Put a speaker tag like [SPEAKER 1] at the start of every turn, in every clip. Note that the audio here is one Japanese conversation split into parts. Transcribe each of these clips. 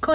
[SPEAKER 1] こ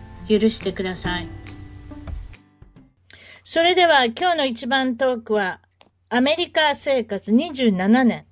[SPEAKER 1] 許してくださいそれでは今日の一番トークはアメリカ生活27年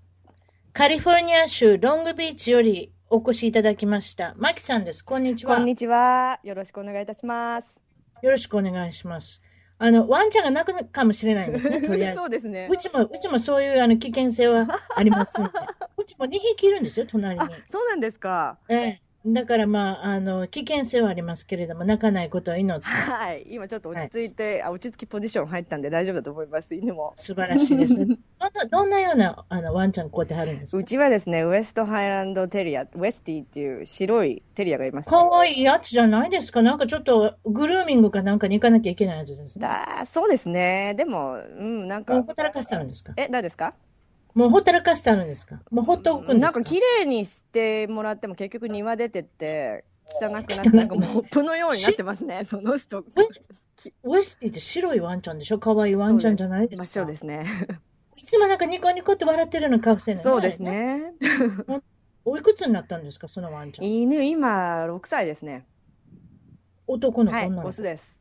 [SPEAKER 1] カリフォルニア州ロングビーチよりお越しいただきましたマキさんですこんにちは
[SPEAKER 2] こんにちは。よろしくお願いいたし ます。
[SPEAKER 1] よろしくお願いしますあのワンちゃんが泣くかもしれないです ねとりあえず
[SPEAKER 2] そうですね
[SPEAKER 1] う。ちも、うちもそういうあの危険性はありますん で。うちも2匹いるんですよ、隣に
[SPEAKER 2] あ。、そうなんですか。
[SPEAKER 1] ええ。だからまあ、あの、危険性はありますけれども、泣かないことを祈って、
[SPEAKER 2] はい。今ちょっと落ち着いて、あ落ち着きポジション入ったんで大丈夫だと思います。犬も。
[SPEAKER 1] 素晴らしい ですね。どんな、どんなような、あの、ワンちゃんこうやってはるんです
[SPEAKER 2] うちはですね、ウエストハイランドテリア、ウエスティっていう白いテリアがいます、
[SPEAKER 1] かか
[SPEAKER 2] ね。
[SPEAKER 1] わいいやつじゃないですかなんかちょっと、グルーミングかなんかに行かなきゃいけないやつですね。
[SPEAKER 2] だそうですね。でも、うん、なん
[SPEAKER 1] もう
[SPEAKER 2] か、
[SPEAKER 1] ほったらかしてあるんですか
[SPEAKER 2] え、誰ですか
[SPEAKER 1] もうほったらかしてあるんですかもうほっとくんで
[SPEAKER 2] なん
[SPEAKER 1] すか
[SPEAKER 2] か綺麗にしてもらっても結局庭出てって、汚くなって、なんかモップのようになってますね。その人。
[SPEAKER 1] ウエスティって白いワンちゃんでしょかわいいワンちゃんじゃないで
[SPEAKER 2] 真っ
[SPEAKER 1] すか
[SPEAKER 2] 白ですね。
[SPEAKER 1] いつもなんかニコニコって笑ってるような顔してるのね
[SPEAKER 2] そうです。ね。
[SPEAKER 1] おいくつになったんですかそのワンちゃん。
[SPEAKER 2] 犬、今、6歳ですね。
[SPEAKER 1] 男の子
[SPEAKER 2] はい、
[SPEAKER 1] 女の
[SPEAKER 2] オ
[SPEAKER 1] 子
[SPEAKER 2] スです。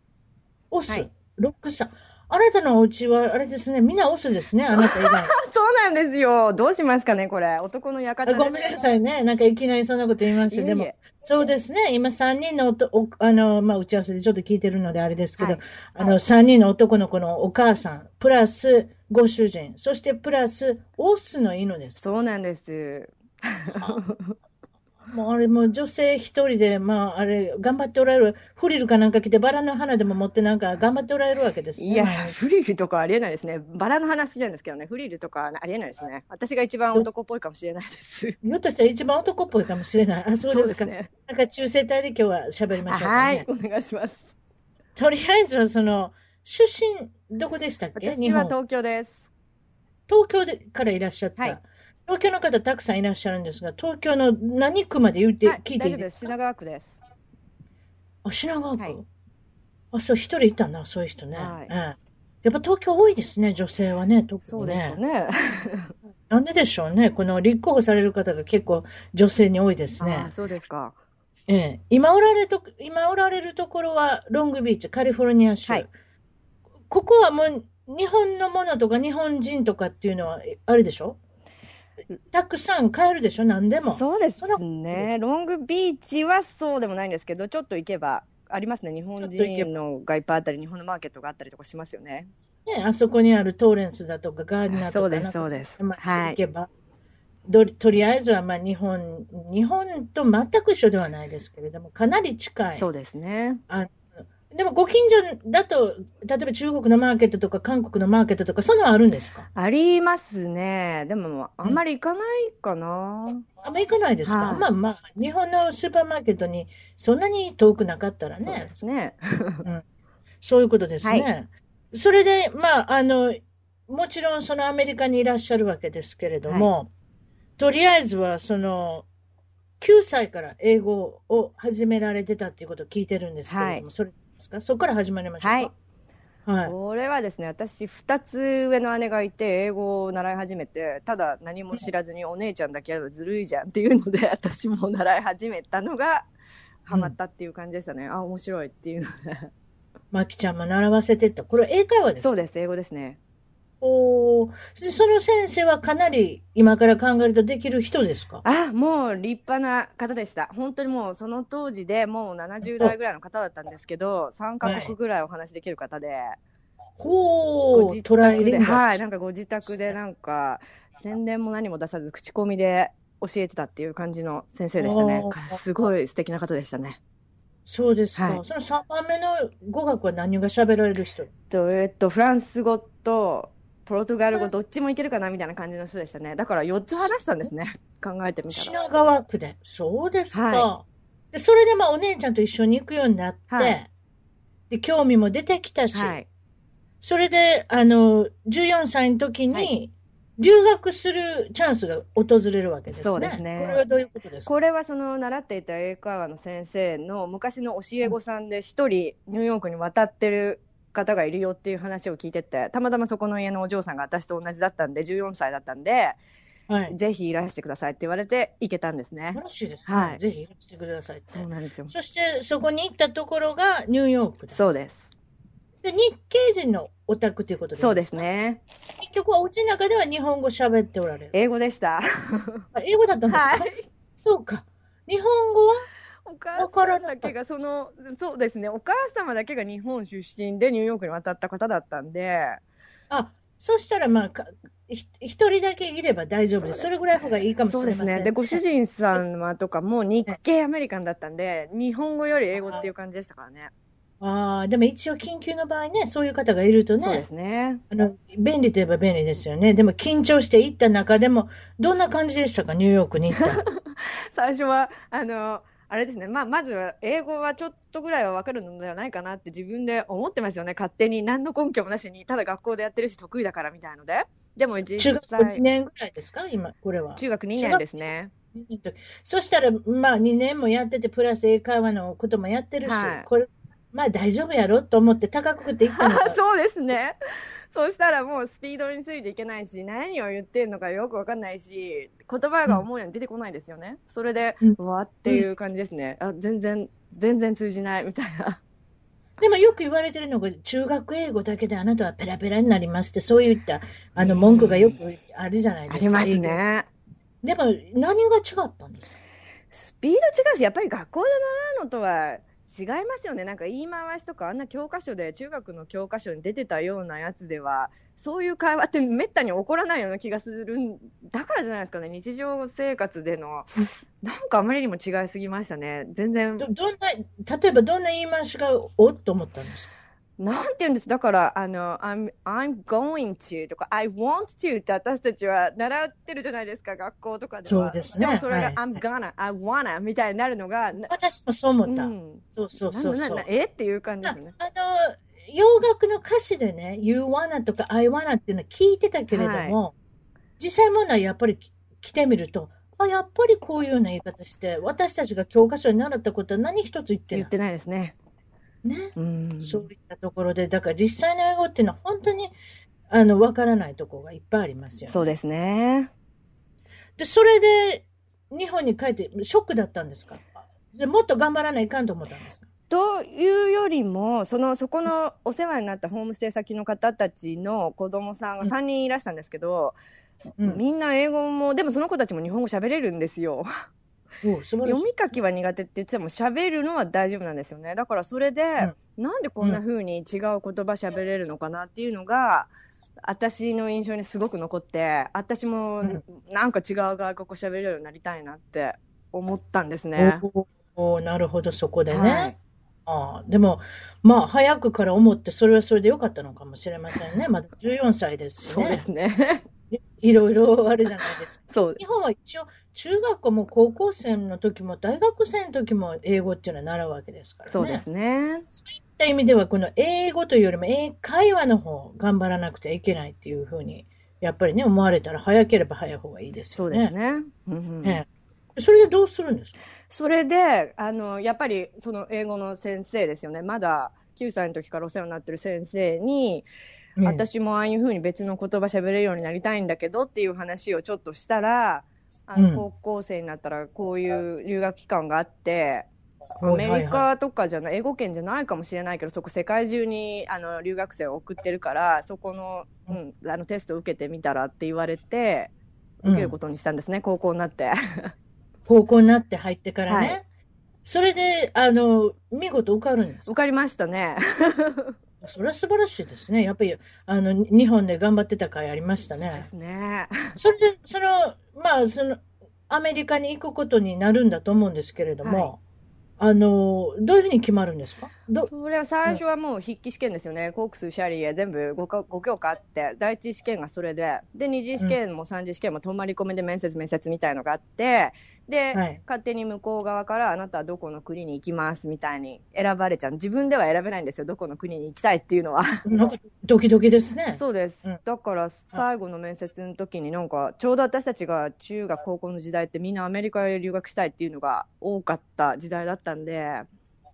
[SPEAKER 1] オス、
[SPEAKER 2] はい
[SPEAKER 1] ロックさん。あなたのお家は、あれですね、みんなオスです ね、あなた以外。
[SPEAKER 2] あそうなんですよ。どうしますかね、これ。男の
[SPEAKER 1] あ
[SPEAKER 2] 館
[SPEAKER 1] ごめんなさいね、なんかいきなりそんなこと言いました。
[SPEAKER 2] いえい
[SPEAKER 1] で
[SPEAKER 2] え
[SPEAKER 1] も、そうですね、今3人のおとおあの、まあ、打ち合わせでちょっと聞いてるのであれですけど、
[SPEAKER 2] はい
[SPEAKER 1] あの、3人の男の子のお母さん、プラスご主人、そしてプラスオスの犬です。
[SPEAKER 2] そうなんです。
[SPEAKER 1] もうあれもう女性一人で、まああれ、頑張っておられる、フリルかなんか着てバラの花でも持ってなんか頑張っておられるわけですね。
[SPEAKER 2] いや、フリルとかありえないですね。バラの花好きなんですけどね、フリルとかありえないですね。私が一番男っぽいかもしれないです。
[SPEAKER 1] ひょっとしたら一番男っぽいかもしれない。あ、そうですか。
[SPEAKER 2] ね。
[SPEAKER 1] なんか中性体で今日は喋りましょうか、
[SPEAKER 2] は
[SPEAKER 1] ね。
[SPEAKER 2] い、お願いします。
[SPEAKER 1] とりあえずはその、出身、どこでしたっけ
[SPEAKER 2] 私は
[SPEAKER 1] 日本
[SPEAKER 2] 東京です。
[SPEAKER 1] 東京でからいらっしゃった、
[SPEAKER 2] はい
[SPEAKER 1] 東京の方たくさんいらっしゃるんですが、東京の何区まで言って、
[SPEAKER 2] はい、
[SPEAKER 1] 聞いて
[SPEAKER 2] 大
[SPEAKER 1] い
[SPEAKER 2] 丈
[SPEAKER 1] い
[SPEAKER 2] 夫で。
[SPEAKER 1] です
[SPEAKER 2] 品川区です。
[SPEAKER 1] あ、品川区、
[SPEAKER 2] はい
[SPEAKER 1] あ、そう、一人いたな、そういう人ね。
[SPEAKER 2] はい
[SPEAKER 1] ええやっぱ東京多いですね、女性はね、特
[SPEAKER 2] そ
[SPEAKER 1] に
[SPEAKER 2] う
[SPEAKER 1] ね。
[SPEAKER 2] ですよね。
[SPEAKER 1] なんででしょうね。この立候補される方が結構女性に多いですね
[SPEAKER 2] あー。そうですか。
[SPEAKER 1] ええ、今おられると、今おられるところはロングビーチ、カリフォルニア州。
[SPEAKER 2] はい
[SPEAKER 1] ここはもう日本のものとか日本人とかっていうのはえあれでしょたくさん買えるでしょ何でも。
[SPEAKER 2] そうです
[SPEAKER 1] そ
[SPEAKER 2] ね。ロングビーチはそうでもないんですけど、ちょっと行けば、ありますね。日本
[SPEAKER 1] ちょっと行けば
[SPEAKER 2] 人のがいっぱいあったり、日本のマーケットがあったりとかしますよね。
[SPEAKER 1] ね、あそこにあるトーレンスだとかガーディナーと
[SPEAKER 2] そ
[SPEAKER 1] か
[SPEAKER 2] うです
[SPEAKER 1] なんか
[SPEAKER 2] そうです
[SPEAKER 1] まあ
[SPEAKER 2] はい
[SPEAKER 1] 行けば。どとりあえずはまあ日本、日本と全く一緒ではないですけれども、かなり近い。
[SPEAKER 2] そうですね。
[SPEAKER 1] でもご近所だと、例えば中国のマーケットとか韓国のマーケットとか、そういうのはあるんですか
[SPEAKER 2] ありますね。でも、あんまり行かないかな。
[SPEAKER 1] あんま行かないですか、
[SPEAKER 2] はい
[SPEAKER 1] まあまあ、日本のスーパーマーケットにそんなに遠くなかったら
[SPEAKER 2] そう
[SPEAKER 1] ね
[SPEAKER 2] で、すね。
[SPEAKER 1] そういうことですね。
[SPEAKER 2] は
[SPEAKER 1] それで、まあ、あの、もちろんそのアメリカにいらっしゃるわけですけれども、とりあえずはその、9歳から英語を始められてたっていうことを聞いてるんですけれども、
[SPEAKER 2] は
[SPEAKER 1] それですかそこから始まりました
[SPEAKER 2] はい
[SPEAKER 1] か。はい。
[SPEAKER 2] これはですね、私、二つ上の姉がいて、英語を習い始めて、ただ何も知らずに、お姉ちゃんだけやるずるいじゃんっていうので、 私も習い始めたのが、ハマったっていう感じでしたね。あ、面白いっていうの
[SPEAKER 1] まきちゃんも習わせてった。これ英会話ですか
[SPEAKER 2] そうです、英語ですね。
[SPEAKER 1] おーでその先生はかなり今から考えるとできる人ですか
[SPEAKER 2] あもう立派な方でした、本当にもうその当時でもう70代ぐらいの方だったんですけど、3カ国ぐらいお話しできる方で、
[SPEAKER 1] ほ
[SPEAKER 2] ご
[SPEAKER 1] う、
[SPEAKER 2] 自
[SPEAKER 1] トライ
[SPEAKER 2] 宅
[SPEAKER 1] リ
[SPEAKER 2] で、
[SPEAKER 1] ンガル
[SPEAKER 2] はい、なんかご自宅で、なんか宣伝も何も出さず、口コミで教えてたっていう感じの先生でしたね
[SPEAKER 1] お、ー
[SPEAKER 2] すごい素敵な方でしたね。
[SPEAKER 1] そうですか。
[SPEAKER 2] はい
[SPEAKER 1] その3番目の語学は何が喋られる人
[SPEAKER 2] とえっと、フランス語とポルトガル語、どっちもいけるかなみたいな感じの人でしたね、だから4つ話したんですね、考えてみたら。
[SPEAKER 1] 品川区で。そうですか。
[SPEAKER 2] は
[SPEAKER 1] で、それでまあお姉ちゃんと一緒に行くようになって、
[SPEAKER 2] はい
[SPEAKER 1] で、興味も出てきたし、
[SPEAKER 2] はい。
[SPEAKER 1] それで、あの、14歳の時
[SPEAKER 2] は
[SPEAKER 1] に、留学するチャンスが訪れるわけですね。
[SPEAKER 2] そうですね
[SPEAKER 1] これはどういうことですか
[SPEAKER 2] これはその習っていた英会話の先生の昔の教え子さんで一人ニューヨークに渡ってる方がいるよっていう話を聞いててたまたまそこの家のお嬢さんが私と同じだったんで14歳だったんで
[SPEAKER 1] はい。
[SPEAKER 2] ぜひいらしてくださいって言われて行けたんです
[SPEAKER 1] 素
[SPEAKER 2] ね
[SPEAKER 1] 晴らしいですね。
[SPEAKER 2] はい
[SPEAKER 1] ぜひいらしてくださいって
[SPEAKER 2] そうなんですよ
[SPEAKER 1] そして、そこに行ったところがニューヨークです。
[SPEAKER 2] そうです
[SPEAKER 1] で、日系人のオタクということです。
[SPEAKER 2] そうです。ね
[SPEAKER 1] 結局はお家の中では日本語喋っておられる。
[SPEAKER 2] 英語でした
[SPEAKER 1] あ英語だったんですか、
[SPEAKER 2] はい
[SPEAKER 1] そうか。日本語は
[SPEAKER 2] お母様だけがそのそうですねお母様だけが日本出身でニューヨークに渡った方だったんで
[SPEAKER 1] あ、そしたらまあ、かひ一人だけいれば大丈夫です。それぐらいの方がいいかもしれません。
[SPEAKER 2] そうですね。で、ご主人様とかも日系アメリカンだったんで、日本語より英語っていう感じでしたからね。
[SPEAKER 1] ああ、でも一応緊急の場合ね、そういう方がいると
[SPEAKER 2] そうで
[SPEAKER 1] ね、
[SPEAKER 2] すね。
[SPEAKER 1] あの、便利といえば便利ですよね。でも緊張して行った中でも、どんな感じでしたか、ニューヨークに行った ら。
[SPEAKER 2] 最初は、あの、あれですね。まあ、まずは英語はちょっとぐらいはわかるのではないかなって自分で思ってますよね。勝手に何の根拠もなしに、ただ学校でやってるし得意だからみたいので。でも
[SPEAKER 1] 中
[SPEAKER 2] 実
[SPEAKER 1] 学2
[SPEAKER 2] 際、
[SPEAKER 1] 年ぐらいですか、今、これは。
[SPEAKER 2] 中学2年ですね。
[SPEAKER 1] そしたら、まあ2年もやってて、プラス英会話のこともやってるし、
[SPEAKER 2] はい
[SPEAKER 1] これ、まあ大丈夫やろと思って高くて行ったの
[SPEAKER 2] あ
[SPEAKER 1] が。
[SPEAKER 2] そうですね。そうしたらもうスピードについていけないし、何を言ってるのかよくわかんないし、言葉が思うように出てこないですよね。それで、
[SPEAKER 1] うん
[SPEAKER 2] うわっていう感じですね。あ、全然、全然通じないみたいな。
[SPEAKER 1] でもよく言われてるのが、中学英語だけであなたはペラペラになりますって、そういった、あの、文句がよくあるじゃないで す
[SPEAKER 2] あ
[SPEAKER 1] か。
[SPEAKER 2] りますね。
[SPEAKER 1] 英語。でも、何が違ったんですか
[SPEAKER 2] スピード違うし、やっぱり学校で習うのとは違いますよね。なんか言い回しとか、あんな教科書で、中学の教科書に出てたようなやつでは、そういう会話ってめったに起こらないような気がするんだからじゃないですかね。日常生活での、なんかあまりにも違いすぎましたね。全然
[SPEAKER 1] ど、どんな、例えばどんな言い回しがおっと思ったんですか
[SPEAKER 2] なんて言うんですだから、あの、I'm, I'm going to とか、I want to って私たちは習ってるじゃないですか、学校とかでは。
[SPEAKER 1] そうですね
[SPEAKER 2] もそれが、
[SPEAKER 1] はい
[SPEAKER 2] I'm gonna, I wanna みたいになるのが、な
[SPEAKER 1] 私もそう思った。
[SPEAKER 2] うん
[SPEAKER 1] そうそう
[SPEAKER 2] な
[SPEAKER 1] そう
[SPEAKER 2] な
[SPEAKER 1] そう。
[SPEAKER 2] なえっていう感じ
[SPEAKER 1] あ
[SPEAKER 2] で
[SPEAKER 1] あ
[SPEAKER 2] す
[SPEAKER 1] の
[SPEAKER 2] ね。、
[SPEAKER 1] 洋楽の歌詞でね、You wanna とか I wanna っていうのは聞いてたけれども、実際問題やっぱり来てみると、あ、やっぱりこういうような言い方して、私たちが教科書に習ったことは何一つ言って
[SPEAKER 2] 言
[SPEAKER 1] ない
[SPEAKER 2] っ。てないですね。
[SPEAKER 1] ね。
[SPEAKER 2] うん。
[SPEAKER 1] そういったところで、だから実際の英語っていうのは本当に、あの、わからないところがいっぱいありますよね。
[SPEAKER 2] そうですね。
[SPEAKER 1] で、それで、日本に帰って、ショックだったんですかでもっと頑張らないかんと思ったんですか
[SPEAKER 2] というよりも、その、そこのお世話になったホームステイ先の方たちの子供さんが3人いらしたんですけど、
[SPEAKER 1] うん。
[SPEAKER 2] みんな英語も、でもその子たちも日本語喋れるんですよ。
[SPEAKER 1] おう素晴ら
[SPEAKER 2] 読
[SPEAKER 1] しい。
[SPEAKER 2] み書きは苦手って言ってても喋るのは大丈夫なんですよねだからそれで、なんでこんな風に違う言葉喋れるのかなっていうのが私の印象にすごく残って私も
[SPEAKER 1] うん
[SPEAKER 2] なんか違う外国語喋れるようになりたいなって思ったんですね。
[SPEAKER 1] おうおうなるほど、そこでね。
[SPEAKER 2] はい
[SPEAKER 1] ああでも、まあ、早くから思って、それはそれで良かったのかもしれませ んね。まだ14歳ですし
[SPEAKER 2] そうで
[SPEAKER 1] ね。
[SPEAKER 2] すね。
[SPEAKER 1] いろいろあるじゃないですか。
[SPEAKER 2] そう
[SPEAKER 1] 日本は一応、中学校も高校生の時も大学生の時も英語っていうのは習うわけですからね。
[SPEAKER 2] そうですね。
[SPEAKER 1] そういった意味では、この英語というよりも英会話の方を頑張らなくてはいけないっていうふうに、やっぱりね、思われたら早ければ早い方がいいですよ
[SPEAKER 2] そう
[SPEAKER 1] ね。
[SPEAKER 2] ですね。うんうん
[SPEAKER 1] ええそれでどうするんですか
[SPEAKER 2] それで、あの、やっぱり、その英語の先生ですよね。まだ9歳の時からお世話になってる先生に、私もああいうふうに別の言葉喋れるようになりたいんだけどっていう話をちょっとしたら、あ
[SPEAKER 1] うん
[SPEAKER 2] の高校生になったらこういう留学期間があって、アメリカとかじゃない、英語圏じゃないかもしれないけど、そこ世界中にあの留学生を送ってるから、そこの,、うん、あのテストを受けてみたらって言われて、受けることにしたんですね、高校になって。
[SPEAKER 1] 高校になって入ってからね。
[SPEAKER 2] はい
[SPEAKER 1] それで、あの、見事受かるんです
[SPEAKER 2] 受かりましたね。
[SPEAKER 1] それは素晴らしいですね。やっぱり、あの、に日本で頑張ってた回ありました
[SPEAKER 2] で
[SPEAKER 1] ね。
[SPEAKER 2] すね。
[SPEAKER 1] それで、その、まあ、その、アメリカに行くことになるんだと思うんですけれども、あの、どういうふうに決まるんですかど
[SPEAKER 2] それは最初はもう筆記試験ですよね、コークス、シャリエ、全部 5, か5教科あって、第一試験がそれで、で二次試験も三次試験も泊まり込みで面接、面接みたいのがあって、で、
[SPEAKER 1] はい
[SPEAKER 2] 勝手に向こう側からあなたはどこの国に行きますみたいに選ばれちゃう、自分では選べないんですよ、どこの国に行きたいっていうのは。
[SPEAKER 1] なんかドキドキですね。
[SPEAKER 2] そうです、
[SPEAKER 1] うん
[SPEAKER 2] だから最後の面接の時になんかちょうど私たちが中学高校の時代ってみんなアメリカへ留学したいっていうのが多かった時代だったんで、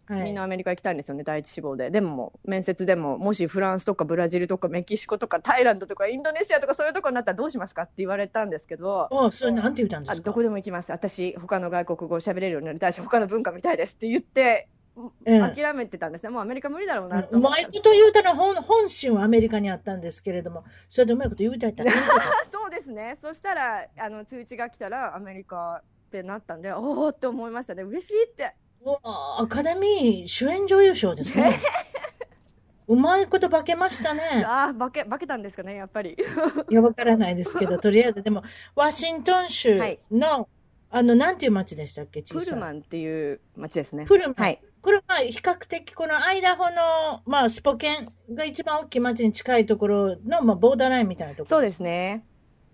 [SPEAKER 1] はい
[SPEAKER 2] みんなアメリカ行きたいんですよね第一志望ででももう面接でももしフランスとかブラジルとかメキシコとかタイランドとかインドネシアとかそういうとこになったらどうしますかって言われたんですけど。
[SPEAKER 1] あそれなんて言ったんで
[SPEAKER 2] あ
[SPEAKER 1] すか
[SPEAKER 2] どこでも行きます私他の外国語喋れるようになりたいし他の文化みたいですって言って、
[SPEAKER 1] ええ
[SPEAKER 2] 諦めてたんですねもうアメリカ無理だろうなと
[SPEAKER 1] う
[SPEAKER 2] 思っ
[SPEAKER 1] ま
[SPEAKER 2] て
[SPEAKER 1] いこと言うたら本本心はアメリカにあったんですけれども、それでうまいこと言うたったらいいけど
[SPEAKER 2] そうですね。そしたら、あの、通知が来たら、アメリカってなったんで、おーって思いましたね。嬉しいって。
[SPEAKER 1] うわあアカデミー主演女優賞 ですね。うまいこと化けましたね。
[SPEAKER 2] ああ、化け、化けたんですかね、やっぱり。
[SPEAKER 1] いや、わからないですけど、とりあえず、でも、ワシントン州
[SPEAKER 2] はい
[SPEAKER 1] の、あの、なんていう町でしたっけ、小
[SPEAKER 2] プ
[SPEAKER 1] さ
[SPEAKER 2] ル
[SPEAKER 1] な
[SPEAKER 2] マンっていう街ですね。
[SPEAKER 1] プルマン
[SPEAKER 2] はい。
[SPEAKER 1] これは比較的このアイダホの、まあ、スポケンが一番大きい町に近いところの、まあ、ボーダーラインみたいなところ。。
[SPEAKER 2] そうですすね。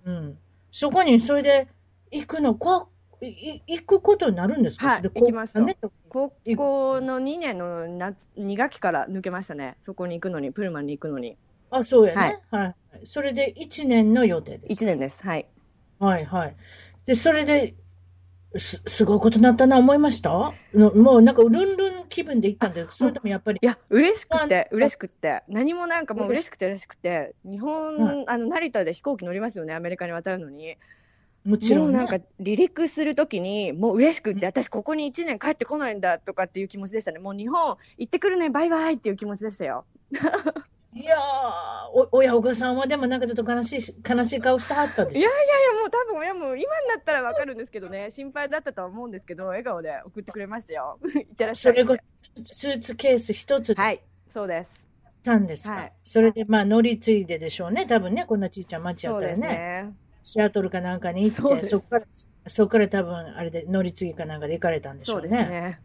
[SPEAKER 1] うん。そこに、それで、行くの、こう、いい行くことになるんですか
[SPEAKER 2] はい
[SPEAKER 1] それ
[SPEAKER 2] 行きました
[SPEAKER 1] ね
[SPEAKER 2] 高校の2年の夏、2学期から抜けましたね。そこに行くのに、プルマンに行くのに。
[SPEAKER 1] あ、そうやね。はい。それで1年の予定です。
[SPEAKER 2] 1年です。はい。
[SPEAKER 1] はい、はい。で、それで、す、すごいことになったな、思いましたのもうなんか、ルンルン気分で行ったんで、それともやっぱり
[SPEAKER 2] い、や、嬉しくて、
[SPEAKER 1] うん
[SPEAKER 2] 嬉しくて。何もなんかもう
[SPEAKER 1] 嬉
[SPEAKER 2] 嬉
[SPEAKER 1] し
[SPEAKER 2] しくて嬉しくて。日本、
[SPEAKER 1] は
[SPEAKER 2] あの、成田で飛行機乗りますよね、アメリカに渡るのに。
[SPEAKER 1] もちろ
[SPEAKER 2] も
[SPEAKER 1] ん、
[SPEAKER 2] う
[SPEAKER 1] ね。
[SPEAKER 2] なんか離陸するときに、もう嬉しくって、私ここに1年帰ってこないんだとかっていう気持ちでしたね。もう日本行ってくるね、バイバイっていう気持ちでしたよ。
[SPEAKER 1] いやー、お、親御さんはでもなんかちょっと悲しいし、悲しい顔してはったでしょ
[SPEAKER 2] いやいや、もう多分親も今になったらわかるんですけどね、心配だったとは思うんですけど、笑顔で送ってくれましたよ。 いってらっし
[SPEAKER 1] そ
[SPEAKER 2] ゃい
[SPEAKER 1] れ。こそ、スーツケース一つで
[SPEAKER 2] は
[SPEAKER 1] 来
[SPEAKER 2] い、そうです。
[SPEAKER 1] たんですか、
[SPEAKER 2] はい
[SPEAKER 1] それで、まあ、乗り継いででしょうね。多分ね、こんなちっちゃい町や
[SPEAKER 2] そ
[SPEAKER 1] っ
[SPEAKER 2] う
[SPEAKER 1] た
[SPEAKER 2] で
[SPEAKER 1] ら
[SPEAKER 2] す
[SPEAKER 1] ね。
[SPEAKER 2] ね。
[SPEAKER 1] シアトルかなんかに行
[SPEAKER 2] そ
[SPEAKER 1] っ
[SPEAKER 2] うで
[SPEAKER 1] て、
[SPEAKER 2] す
[SPEAKER 1] そこから、そこから多分、あれで乗り継ぎかなんかで行かれたんでし
[SPEAKER 2] そ
[SPEAKER 1] ょ
[SPEAKER 2] う
[SPEAKER 1] う
[SPEAKER 2] です
[SPEAKER 1] ね。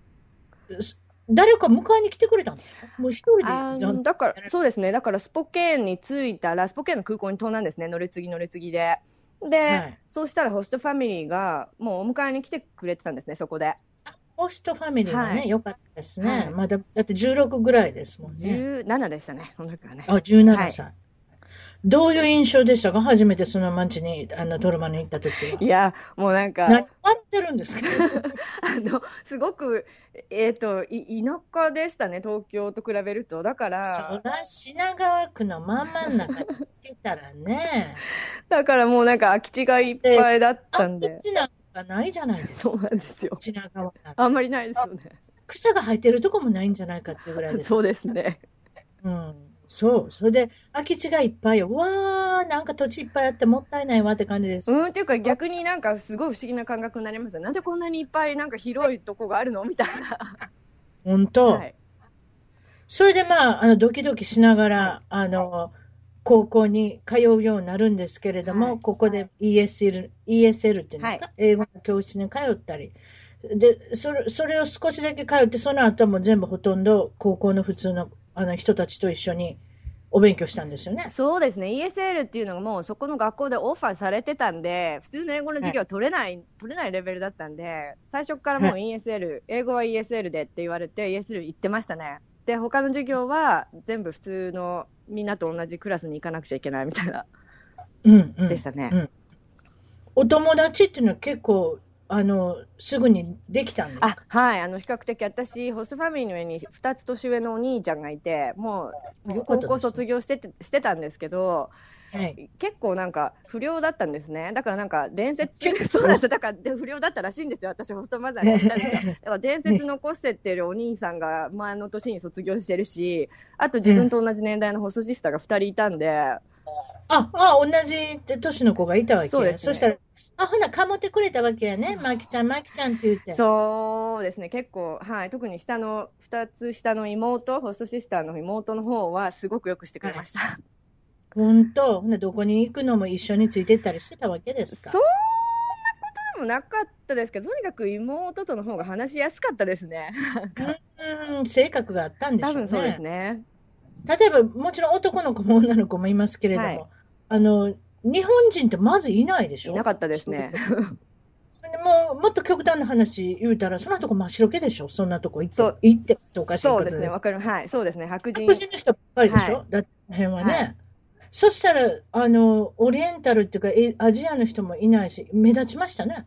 [SPEAKER 2] ね。
[SPEAKER 1] す誰か迎えに来てくれたんですかもう一人でだ
[SPEAKER 2] あーだから、そうですね。だからスポケーンに着いたら、スポケーンの空港に飛んだんですね、乗り継ぎ乗り継ぎで。で、
[SPEAKER 1] はい
[SPEAKER 2] そうしたらホストファミリーがもうお迎えに来てくれてたんですね、そこで。
[SPEAKER 1] ホストファミリーはね、
[SPEAKER 2] はい
[SPEAKER 1] 良かったですね。
[SPEAKER 2] はい
[SPEAKER 1] まだ、だって16ぐらいですもんね。
[SPEAKER 2] 17でしたね、この時はね
[SPEAKER 1] あ、。17歳。どういう印象でしたか初めてその町に、あの、トルマに行った時は。
[SPEAKER 2] いや、もうなんか、
[SPEAKER 1] 何笑ってるんですか
[SPEAKER 2] あの、すごく、えっ、と、い田舎でしたね、東京と比べると。だか
[SPEAKER 1] そ
[SPEAKER 2] ら、
[SPEAKER 1] ら品川区のまん真ん中に行ってたらね、
[SPEAKER 2] だからもうなんか空き地がいっぱいだった
[SPEAKER 1] あ
[SPEAKER 2] ん
[SPEAKER 1] ん
[SPEAKER 2] で
[SPEAKER 1] な。ちなんかないじゃないですか。
[SPEAKER 2] そうなんですよ。
[SPEAKER 1] 品川なんて
[SPEAKER 2] あんまりないですよね。
[SPEAKER 1] 草が生えてるとこもないんじゃないかっていうぐらいです。
[SPEAKER 2] そうですね。
[SPEAKER 1] うん。そう。それで、空き地がいっぱいよ。わー、なんか土地いっぱいあってもったいないわって感じです。
[SPEAKER 2] うん、っていうか逆になんかすごい不思議な感覚になりますよ。なんでこんなにいっぱいなんか広いとこがあるのみたい
[SPEAKER 1] ほん
[SPEAKER 2] な。
[SPEAKER 1] と。
[SPEAKER 2] はい。
[SPEAKER 1] それでまあ、あの、ドキドキしながら、あの、高校に通うようになるんですけれども、
[SPEAKER 2] はい
[SPEAKER 1] ここで ESL、ESL っていうんですか、英語の教室に通ったり。で、それ、それを少しだけ通って、その後はもう全部ほとんど高校の普通の、あの、人たちと一緒にお勉強したんですよね。
[SPEAKER 2] そうですね、ESL っていうのがもうそこの学校でオファーされてたんで、普通の英語の授業は取れない、取れないレベルだったんで、最初からもう
[SPEAKER 1] は
[SPEAKER 2] ESL、英語は ESL でって言われて、ESL 行ってましたね。で、他の授業は全部普通のみんなと同じクラスに行かなくちゃいけないみたいな、
[SPEAKER 1] うん、うん。
[SPEAKER 2] でしたね。
[SPEAKER 1] うんお友達っていうのは結構、あの、すぐにできたんです
[SPEAKER 2] あ
[SPEAKER 1] か
[SPEAKER 2] はい、あの比較的私、ホストファミリーの上に2つ年上のお兄ちゃんがいて、も
[SPEAKER 1] よ
[SPEAKER 2] う
[SPEAKER 1] かった
[SPEAKER 2] 高
[SPEAKER 1] です
[SPEAKER 2] 校卒業しててしてたんですけど、
[SPEAKER 1] はい。
[SPEAKER 2] 結構なんか不良だったんですね。だからなんか伝説、そう なんですよだからで不良だったらしいんですよ。私ホストマザーに行ったんですよ。だから伝説残してってるお兄さんが前の年に卒業してるし、あと自分と同じ年代のホストシスターが二人いたんで、
[SPEAKER 1] あ、あ、同じ年の子がいたわけや。
[SPEAKER 2] そうですね
[SPEAKER 1] したら、あ、ほな、かもってくれたわけやね。まきちゃん、まきちゃんって言って。
[SPEAKER 2] そうですね、結構、はい、特に下の、二つ下の妹、ホストシスターの妹の方はすごくよくしてくれました。
[SPEAKER 1] ほんと。ほな、どこに行くのも一緒についてったりしてたわけですか。
[SPEAKER 2] そうもなかったですけど、とにかく妹との方が話しやすかったですね。
[SPEAKER 1] うん、性格があったんでしょ
[SPEAKER 2] 多
[SPEAKER 1] うね。
[SPEAKER 2] 分そうですね。
[SPEAKER 1] 例えば、もちろん男の子も女の子もいますけれども、
[SPEAKER 2] はい
[SPEAKER 1] あの、日本人ってまずいないでしょ
[SPEAKER 2] いなかったですね。
[SPEAKER 1] でも、もっと極端な話言うたら、そんなとこ真っ白けでしょそんなとこ行って
[SPEAKER 2] そう、
[SPEAKER 1] 行ってっておかしいこ
[SPEAKER 2] そう
[SPEAKER 1] と
[SPEAKER 2] ですね、わかる。はい、そうですね、白人
[SPEAKER 1] 白。人の人ばっかりでしょ、
[SPEAKER 2] は
[SPEAKER 1] だってこの辺はね。
[SPEAKER 2] は
[SPEAKER 1] そしたら、あの、オリエンタルっていうか、えアジアの人もいないし、目立ちましたね。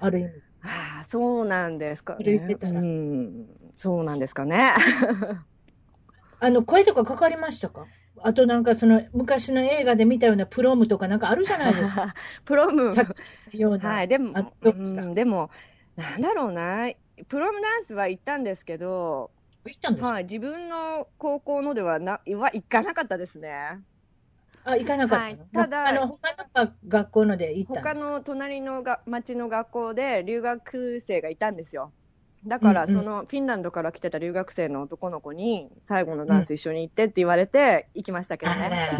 [SPEAKER 1] ある意味。
[SPEAKER 2] ああ、そうなんですか、
[SPEAKER 1] 入れ
[SPEAKER 2] ね
[SPEAKER 1] て。たら
[SPEAKER 2] うん、そうなんですかね。
[SPEAKER 1] あの、声とかかかりましたかあとなんかその、昔の映画で見たようなプロムとかなんかあるじゃないですか。
[SPEAKER 2] プロム。
[SPEAKER 1] さっきのような。
[SPEAKER 2] はい、で
[SPEAKER 1] あ
[SPEAKER 2] も、
[SPEAKER 1] ど
[SPEAKER 2] う
[SPEAKER 1] うですか
[SPEAKER 2] ん、でも、なんだろうな、プロムダンスは行ったんですけど、
[SPEAKER 1] 行ったんですか、
[SPEAKER 2] はい、自分の高校のではな、は行かなかったですね。
[SPEAKER 1] あ、行かなかったの、
[SPEAKER 2] はいただ
[SPEAKER 1] あの、他の学校ので行ったん
[SPEAKER 2] 他
[SPEAKER 1] ですか
[SPEAKER 2] の隣のが町の学校で留学生がいたんですよ。だから、
[SPEAKER 1] うんうん
[SPEAKER 2] そのフィンランドから来てた留学生の男の子に、最後のダンス一緒に行ってって言われて、行きましたけど
[SPEAKER 1] あ
[SPEAKER 2] ね。
[SPEAKER 1] ら、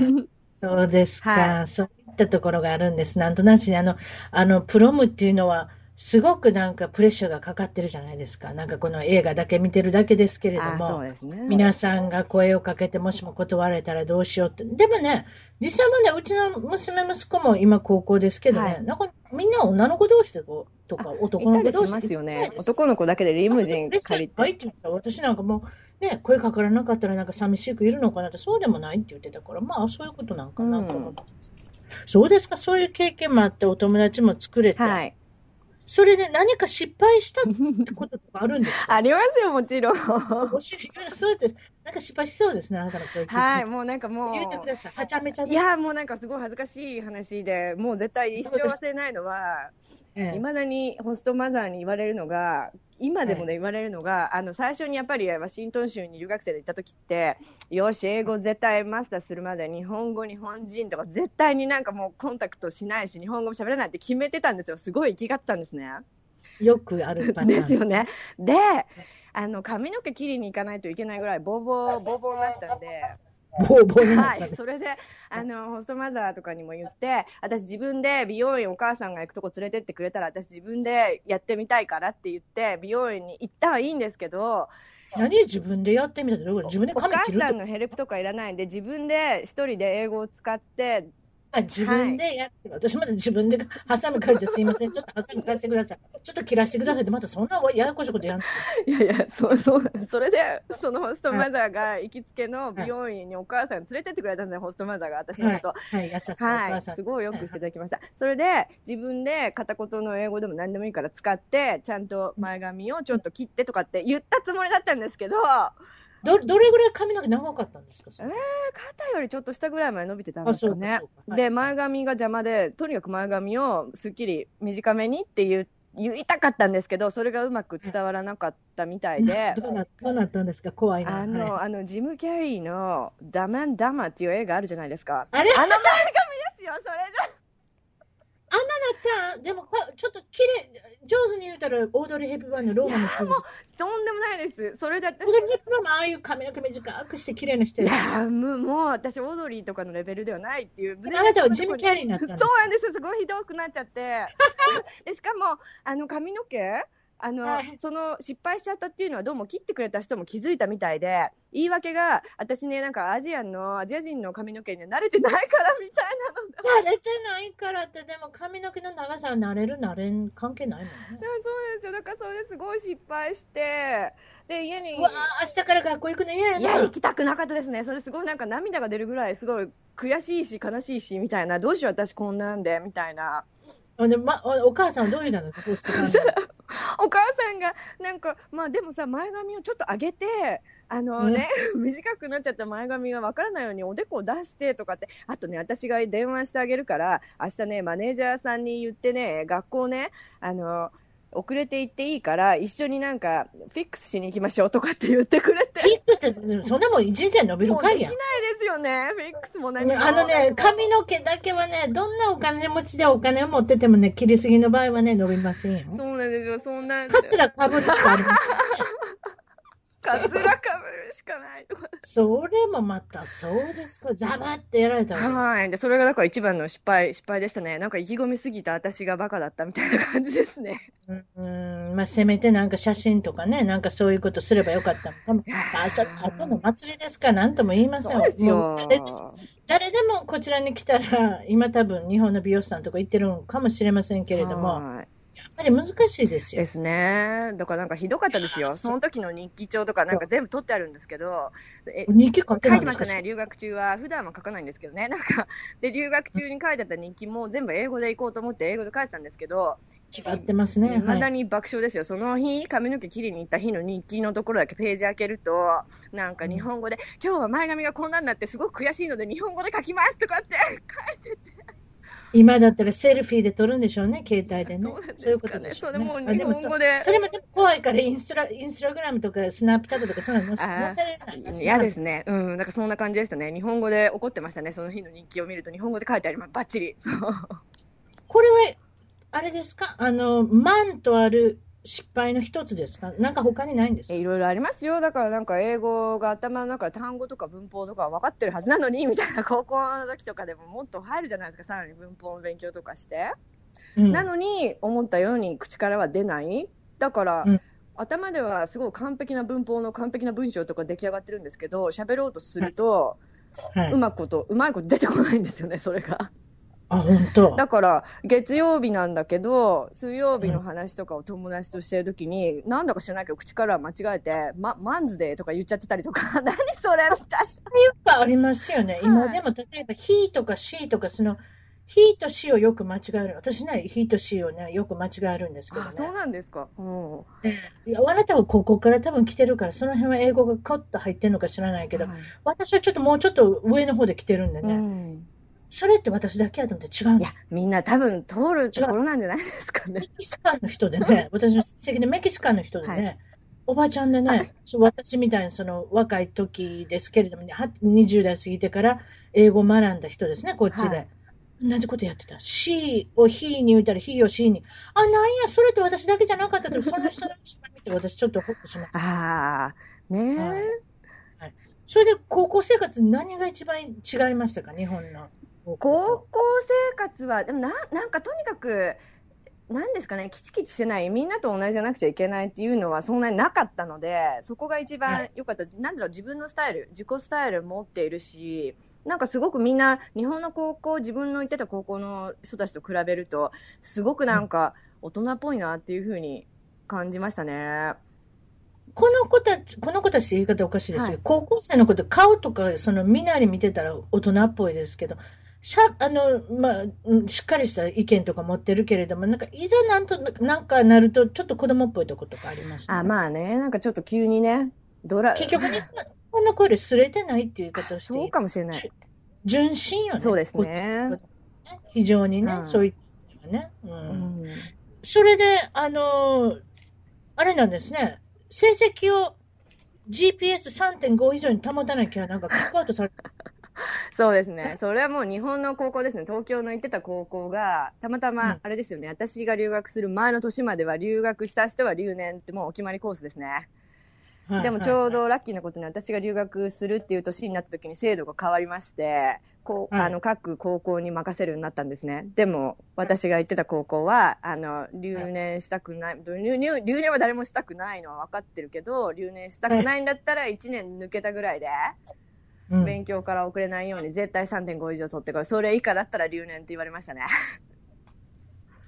[SPEAKER 1] そうですか、
[SPEAKER 2] は
[SPEAKER 1] そういったところがあるんです。なんとなしね、あの、あの、プロムっていうのは、すごくなんかプレッシャーがかかってるじゃないですか。なんかこの映画だけ見てるだけですけれど
[SPEAKER 2] あそう
[SPEAKER 1] も、
[SPEAKER 2] ですね。
[SPEAKER 1] 皆さんが声をかけてもしも断られたらどうしようって。でもね、実際もね、うちの娘息子も今高校ですけどね、
[SPEAKER 2] はい
[SPEAKER 1] なんかみんな女の子同士でこう、とか男
[SPEAKER 2] 行った
[SPEAKER 1] の子
[SPEAKER 2] り
[SPEAKER 1] 同
[SPEAKER 2] し
[SPEAKER 1] 士
[SPEAKER 2] ますよ
[SPEAKER 1] 行った
[SPEAKER 2] ね
[SPEAKER 1] り。です
[SPEAKER 2] 男の子だけでリムジン借り
[SPEAKER 1] はい
[SPEAKER 2] て。
[SPEAKER 1] って言ったら私なんかもう、ね、声かからなかったらなんか寂しくいるのかなって、そうでもないって言ってたから、まあそういうことなんかなと思って、そうですか、そういう経験もあって、お友達も作れて、
[SPEAKER 2] はい。
[SPEAKER 1] それで何か失敗したってこととかあるんですか
[SPEAKER 2] ありますよ、も ちろん。
[SPEAKER 1] お尻がそうやって、なんか失敗しそうですね、あなたの声聞いて
[SPEAKER 2] はい、もうなんかもう。
[SPEAKER 1] 言ってください。はちゃめちゃで
[SPEAKER 2] い
[SPEAKER 1] す。
[SPEAKER 2] やもうなんかすごい恥ずかしい話でもう絶対一生忘れないのは
[SPEAKER 1] え
[SPEAKER 2] い
[SPEAKER 1] え
[SPEAKER 2] まだにホストマザーに言われるのが今でもね言われるのが、あの最初にやっぱりワシントン州に留学生で行った時ってよし英語絶対マスターするまで日本語日本人とか絶対になんかもうコンタクトしないし日本語も喋らないって決めてたんですよすごい意きがったんですね。
[SPEAKER 1] よくあるパターン。
[SPEAKER 2] ですよね。で、あの髪の毛切りに行かないといけないぐらいボーボーボーボーになったんで。
[SPEAKER 1] ボーボーになっ
[SPEAKER 2] は
[SPEAKER 1] たん
[SPEAKER 2] い、
[SPEAKER 1] です。
[SPEAKER 2] それで、あの、ホストマザーとかにも言って、私自分で美容院お母さんが行くとこ連れてってくれたら、私自分でやってみたいからって言って、美容院に行ったはいいんですけど、
[SPEAKER 1] 何自分でやってみたってどういうこと自分で
[SPEAKER 2] お
[SPEAKER 1] 髪
[SPEAKER 2] 母
[SPEAKER 1] 切る
[SPEAKER 2] さ
[SPEAKER 1] と
[SPEAKER 2] んのヘルプとかいらないんで、自分で一人で英語を使って、
[SPEAKER 1] あ自分でやってる、私まだ自分でハサミ借りてすいません、ちょっとハサミ貸してください、ちょっと切らしてくださいって、またそんなややこしいことやんの
[SPEAKER 2] いやいや、そう、そう、それで、そのホストマザーが行きつけの美容院にお母さん連れてってくれたんですよ、ホストマザーが私のこと。
[SPEAKER 1] はい、優しいお
[SPEAKER 2] は
[SPEAKER 1] 母
[SPEAKER 2] い、
[SPEAKER 1] さん。
[SPEAKER 2] すごいよくしていただ きました。それで、自分で片言の英語でも何でもいいから使って、ちゃんと前髪をちょっと切ってとかって言ったつもりだったんですけど、
[SPEAKER 1] ど、どれぐらい髪の毛長かったんですかそれ
[SPEAKER 2] え肩よりちょっと下ぐらいまで伸びてたん
[SPEAKER 1] あ、
[SPEAKER 2] です
[SPEAKER 1] そ
[SPEAKER 2] よ
[SPEAKER 1] うか
[SPEAKER 2] ね
[SPEAKER 1] そ。うか。
[SPEAKER 2] で、
[SPEAKER 1] はい
[SPEAKER 2] 前髪が邪魔で、とにかく前髪をすっきり短めにって言う言いたかったんですけど、それがうまく伝わらなかったみたい で、
[SPEAKER 1] どうな、どうなったんですか怖いな。
[SPEAKER 2] あの、
[SPEAKER 1] はい
[SPEAKER 2] あの、ジム・キャリーのダマン・ダマっていう映画あるじゃないですか。
[SPEAKER 1] あれ
[SPEAKER 2] あの前髪ですよ、それで。
[SPEAKER 1] あなた、でもか、ちょっと綺麗、上手に言うたら、オードリー・ヘプバーンのローマの人です。
[SPEAKER 2] とんでもないです。それで私
[SPEAKER 1] オードリー・ヘプバーンもああいう髪の毛短くして綺麗な人
[SPEAKER 2] い
[SPEAKER 1] や
[SPEAKER 2] やーもうもう私オードリーとかのレベルではないって いう
[SPEAKER 1] あなたはジム・キャリーになったん
[SPEAKER 2] そ
[SPEAKER 1] で
[SPEAKER 2] う
[SPEAKER 1] すか
[SPEAKER 2] なんですすごいひどくなっちゃって でしかもあの髪の毛あの、
[SPEAKER 1] はい
[SPEAKER 2] その失敗しちゃったっていうのはどうも切ってくれた人も気づいたみたいで言い訳が私ねなんかアジアンのアジア人の髪の毛には慣れてないからみたいなので
[SPEAKER 1] 慣れてないからって、でも髪の毛の長さは慣れる、慣れん、関係ないもんね。
[SPEAKER 2] でもそうなんですよだからそれですごい失敗してで家に
[SPEAKER 1] うわあ明日から学校行くの嫌や
[SPEAKER 2] い
[SPEAKER 1] な。
[SPEAKER 2] や、行きたくなかったですね。それですごいなんか涙が出るぐらい、すごい悔しいし、悲しいし、みたいな。どうしよう、私こんなんで、みたいな。
[SPEAKER 1] あのま、あお母さんはどういうのこうして たの
[SPEAKER 2] お母さんが、なんか、まあでもさ、前髪をちょっと上げて、あのね、 短くなっちゃった前髪がわからないようにおでこを出してとかって、あとね、私が電話してあげるから、明日ね、マネージャーさんに言ってね、学校ね、あの、遅れて行っていいから、一緒になんか、フィックスしに行きましょうとかって言ってくれて。
[SPEAKER 1] ピックして、そんなもん人生伸びる
[SPEAKER 2] もうで
[SPEAKER 1] か
[SPEAKER 2] き
[SPEAKER 1] い
[SPEAKER 2] ない
[SPEAKER 1] や
[SPEAKER 2] で
[SPEAKER 1] ん。
[SPEAKER 2] すよね、フィックスも何も。
[SPEAKER 1] あのね、髪の毛だけはね、どんなお金持ちでお金を持っててもね、切りすぎの場合はね、伸びませんよ。
[SPEAKER 2] そうなんですよ、そんなんで
[SPEAKER 1] カツラかぶるしかありません。
[SPEAKER 2] かずらかぶるしかないとか。
[SPEAKER 1] それもまた、そうですか。ザバってやられたわけです。
[SPEAKER 2] はい。で、それがなんか一番の失敗、失敗でしたね。なんか意気込みすぎた私がバカだったみたいな感じですね。
[SPEAKER 1] うん、まあ、せめてなんか写真とかね、なんかそういうことすればよかったのかも。まあ朝、後の祭りですから、なんとも言いません。もう誰誰でもこちらに来たら、 今多分日本の美容師さんとか行ってるのかもしれませんけれども、
[SPEAKER 2] はい
[SPEAKER 1] やっぱり難しいですよ
[SPEAKER 2] で。すね。だからなんかひどかったですよ。その時の日記帳とかなんか全部取ってあるんですけど、え
[SPEAKER 1] 日記書いて
[SPEAKER 2] 書
[SPEAKER 1] ないいん
[SPEAKER 2] て
[SPEAKER 1] で
[SPEAKER 2] ますし
[SPEAKER 1] か
[SPEAKER 2] たね、留学中は。普段は書かないんですけどね。なんか、で、留学中に書いてあった日記も全部英語で行こうと思って英語で書いてたんですけど、
[SPEAKER 1] 決まってますね。
[SPEAKER 2] 未
[SPEAKER 1] は
[SPEAKER 2] だ
[SPEAKER 1] い。
[SPEAKER 2] に爆笑ですよ。その日、髪の毛切りに行った日の日記のところだけページ開けると、なんか日本語で、今日は前髪がこんなんなってすごく悔しいので日本語で書きますとかって書いてて、
[SPEAKER 1] 今だったらセルフィーで撮るんでしょうね、携帯でね
[SPEAKER 2] そうなん。ですかね
[SPEAKER 1] そういうことでしょうね。
[SPEAKER 2] それも
[SPEAKER 1] あでもそ
[SPEAKER 2] 日本語で
[SPEAKER 1] それもでも怖いからインスタ、インスタグラムとかスナップチャットとかそういうの載せ
[SPEAKER 2] あー
[SPEAKER 1] 載せられないから
[SPEAKER 2] 嫌です。ね。うん、なんかそんな感じでしたね。日本語で怒ってましたね。その日の日記を見ると日本語で書いてあります。バッチリ。そう。
[SPEAKER 1] これは、あれですかあの、万とある失敗の一つですかなんか他にないんです
[SPEAKER 2] え
[SPEAKER 1] か
[SPEAKER 2] いろいろありますよ。だからなんか英語が頭の中で単語とか文法とか分かってるはずなのに、みたいな高校の時とかでももっと入るじゃないですか。さらに文法の勉強とかして。
[SPEAKER 1] うん
[SPEAKER 2] なのに、思ったように口からは出ない。だから、
[SPEAKER 1] うん
[SPEAKER 2] 頭ではすごい完璧な文法の完璧な文章とか出来上がってるんですけど、喋ろうとすると、。
[SPEAKER 1] はいう
[SPEAKER 2] まくこと、うまいこと出てこないんですよね、それが。
[SPEAKER 1] あ、本当。
[SPEAKER 2] だから、月曜日なんだけど、水曜日の話とかを友達としてるときに、なんだか知らないけど、口から間違えて、ま、マンズデーとか言っちゃってたりとか、 何それみたい
[SPEAKER 1] よくありますよね。今でも例えば、ひとかしとか、その、ひとしをよく間違える。私ね、ひとしをね、よく間違えるんですけど
[SPEAKER 2] な。あ、そう
[SPEAKER 1] ね。
[SPEAKER 2] なんですか。うん。
[SPEAKER 1] いや、あなたは高校から多分来てるから、その辺は英語がコッと入ってるのか知らないけど、
[SPEAKER 2] はい
[SPEAKER 1] 私はちょっともうちょっと上の方で来てるんで
[SPEAKER 2] う
[SPEAKER 1] ね、
[SPEAKER 2] ん。
[SPEAKER 1] それって私だけやと思って違うん
[SPEAKER 2] い
[SPEAKER 1] で
[SPEAKER 2] や、みんな多分通るところなんじゃないですかね
[SPEAKER 1] メ。キシカンの人でね、私の親戚のメキシカンの人でね、
[SPEAKER 2] は
[SPEAKER 1] おばちゃんでね、そう私みたいにその若い時ですけれども、ね、は20代過ぎてから英語を学んだ人ですね、こっちで。
[SPEAKER 2] はい
[SPEAKER 1] 同じことやってた。she を he に言ったら he を she に。あ、なんや、それって私だけじゃなかったと、その人の一番見て私ちょっとほっとしました。
[SPEAKER 2] ああ、ねえ、
[SPEAKER 1] はいそれで高校生活何が一番違いましたか、日本の高
[SPEAKER 2] 高校生活は、でもな、なんかとにかく、なんですかね、キチキチしてない、みんなと同じじゃなくちゃいけないっていうのはそんなになかったので、そこが一
[SPEAKER 1] は
[SPEAKER 2] 番良かった。なんだろう、自分のスタイル、自己スタイル持っているし、なんかすごくみんな、日本の高校、自分の行ってた高校の人たちと比べると、すごくなんか、大人っぽいなっていうふうに感じましたね。
[SPEAKER 1] この子たち、この子たちって言い方おかしいですけど、
[SPEAKER 2] はい
[SPEAKER 1] 高校生のこと、顔とか、その、身なり見てたら大人っぽいですけど、しゃ、あの、まあうん、しっかりした意見とか持ってるけれども、なんか、いざなんと、なんかなると、ちょっと子供っぽいとことかあります、
[SPEAKER 2] あ、まあね、なんかちょっと急にね、ドラ、
[SPEAKER 1] 結局ね、この子よりすれてないっていう言い方をして、
[SPEAKER 2] そうかもしれない。
[SPEAKER 1] 純真よね。
[SPEAKER 2] そうです。ね。
[SPEAKER 1] 非常にね、
[SPEAKER 2] うん
[SPEAKER 1] そういう、ね。う。
[SPEAKER 2] うんん
[SPEAKER 1] それで、あの、あれなんですね、成績を、GPS3.5 以上に保たなきゃ、なんか、キックアウトされ
[SPEAKER 2] そうですね。それはもう日本の高校ですね。東京の行ってた高校が、たまた
[SPEAKER 1] う
[SPEAKER 2] ま
[SPEAKER 1] ん、
[SPEAKER 2] あれですよね、私が留学する前の年までは留学した人は留年ってもうお決まりコースですね。
[SPEAKER 1] はい
[SPEAKER 2] でもちょう
[SPEAKER 1] はい
[SPEAKER 2] どラッキーなことに私が留学するっていう年になった時に制度が変わりまして、こう、
[SPEAKER 1] はい
[SPEAKER 2] あの、各高校に任せるようになったんですね。でも、私が行ってた高校は、あの、留年したくない、留留留年は誰もしたくないのは分かってるけど、留年したくないんだったら1年抜けたぐらいで、
[SPEAKER 1] はいうん
[SPEAKER 2] 勉強から遅れないように絶対3.5以上取ってこい。それ以下だったら留年って言われましたね。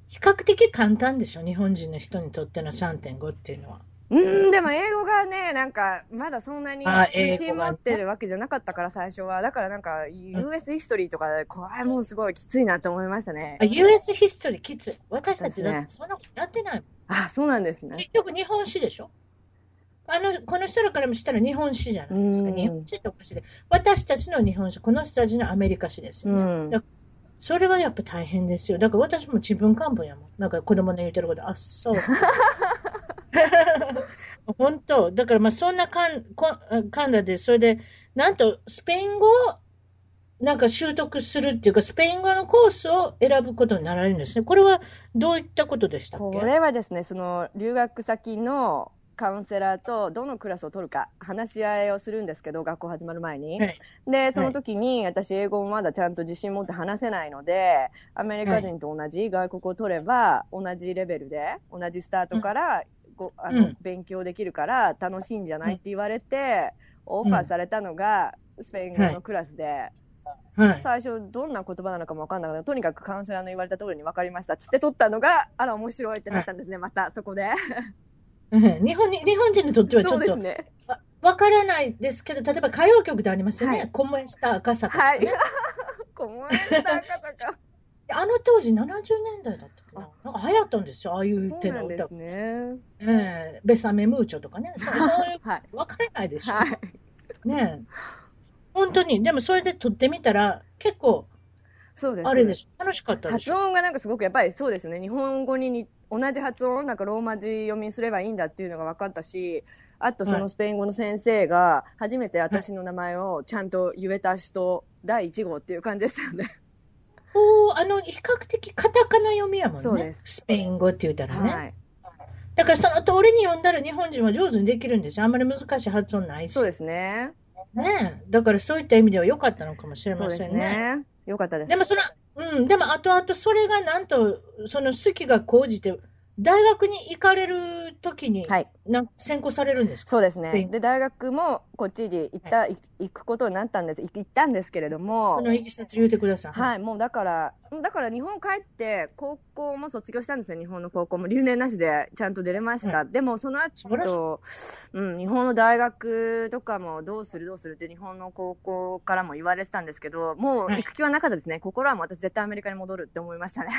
[SPEAKER 1] 比較的簡単でしょ日本人の人にとっての3.5っていうのは。
[SPEAKER 2] うん、でも英語がね、なんか、まだそんなに
[SPEAKER 1] あ英語がね
[SPEAKER 2] 自信持ってるわけじゃなかったから最初は。だからなんか、US ヒストリーとかで、これもうすごいきついなと思いましたね
[SPEAKER 1] あ。US ヒストリーきつい。私たちだってそんなことやってないもん。
[SPEAKER 2] あ、そうなんですね。
[SPEAKER 1] 結局日本史でしょあの、この人らからもしたら日本史じゃないですか。
[SPEAKER 2] うん
[SPEAKER 1] 日本史っておかしいで。私たちの日本史、この人たちのアメリカ史です
[SPEAKER 2] う
[SPEAKER 1] よね。
[SPEAKER 2] ん。
[SPEAKER 1] それはやっぱ大変ですよ。だから私も自分漢文やもん。なんか子供の言うてること、あっ そう。本当。だからまあそんなかんこカナダで、それで、なんとスペイン語をなんか習得するっていうか、スペイン語のコースを選ぶことになられるんですね。これはどういったことでしたっけ
[SPEAKER 2] これはですね、その留学先のカウンセラーとどのクラスを取るか話し合いをするんですけど学校始まる前に、
[SPEAKER 1] はい
[SPEAKER 2] でその時に私英語もまだちゃんと自信持って話せないのでアメリカ人と同じ外国を取れば同じレベルで同じスタートからごあの、
[SPEAKER 1] うん
[SPEAKER 2] 勉強できるから楽しいんじゃないって言われてオファーされたのがスペイン語のクラスで。
[SPEAKER 1] はい。
[SPEAKER 2] 最初どんな言葉なのかも分かんなかったけどとにかくカウンセラーの言われた通りに分かりましたっつって取ったのがあら面白いってなったんですね、またそこで
[SPEAKER 1] うん日本に、日本人にとっては ち
[SPEAKER 2] そ
[SPEAKER 1] ょ
[SPEAKER 2] う
[SPEAKER 1] っ
[SPEAKER 2] です
[SPEAKER 1] と、
[SPEAKER 2] ね
[SPEAKER 1] わからないですけど、例えば歌謡曲でありますよね。
[SPEAKER 2] はい
[SPEAKER 1] コモエスター赤坂とか
[SPEAKER 2] は
[SPEAKER 1] ね、
[SPEAKER 2] い こもえたかとか
[SPEAKER 1] あの当時70年代だったかな。なんか流行ったんですよ、ああ いう
[SPEAKER 2] そう
[SPEAKER 1] 手
[SPEAKER 2] な
[SPEAKER 1] の
[SPEAKER 2] んで
[SPEAKER 1] 歌
[SPEAKER 2] す。ね
[SPEAKER 1] ええベサメムーチョとかね。 そうそういう、
[SPEAKER 2] はい
[SPEAKER 1] わからないでしょ。
[SPEAKER 2] はい
[SPEAKER 1] ねえ本当に。でもそれで撮ってみたら、結構、
[SPEAKER 2] そうです
[SPEAKER 1] あれです。楽しかったでし
[SPEAKER 2] 発
[SPEAKER 1] ょ。
[SPEAKER 2] 音がなんかすごくやっぱりそうですね日本語にに同じ発音なんかローマ字読みすればいいんだっていうのが分かったしあとそ
[SPEAKER 1] はい
[SPEAKER 2] のスペイン語の先生が初めて私の名前をちゃんと言えた人第1号っていう感じでしたよね
[SPEAKER 1] おーあの、比較的カタカナ読みやも
[SPEAKER 2] そ
[SPEAKER 1] ん
[SPEAKER 2] う
[SPEAKER 1] ね
[SPEAKER 2] で。
[SPEAKER 1] スペイン語って言ったらね。
[SPEAKER 2] はい
[SPEAKER 1] だからその通りに読んだら日本人は上手にできるんですよ。あんまり難しい発音ないし。
[SPEAKER 2] そうですね
[SPEAKER 1] ねえだからそういった意味では良かったのかもしれ
[SPEAKER 2] そう
[SPEAKER 1] ま
[SPEAKER 2] で
[SPEAKER 1] せ
[SPEAKER 2] す
[SPEAKER 1] んね。
[SPEAKER 2] ね。よかったです。
[SPEAKER 1] でもその、うん、でも後々それがなんと、その好きが高じて、大学に行かれる時に、
[SPEAKER 2] はい。
[SPEAKER 1] なんか先行されるんですか
[SPEAKER 2] そうです
[SPEAKER 1] スペイ
[SPEAKER 2] ね。
[SPEAKER 1] ン
[SPEAKER 2] で、大学もこっちに行った、い行くことになったんです。行行ったんですけれども
[SPEAKER 1] そ、のいきさつ言うてください。
[SPEAKER 2] はい、もうだから、だから日本帰って、高校も卒業したんですよ。日本の高校も。留年なしでちゃんと出れました。でも、その
[SPEAKER 1] 素晴らしい
[SPEAKER 2] 後、うん、日本の大学とかもどうするどうするって日本の高校からも言われてたんですけど、もう行く気はなかったですね。心はもう私絶対アメリカに戻るって思いましたね。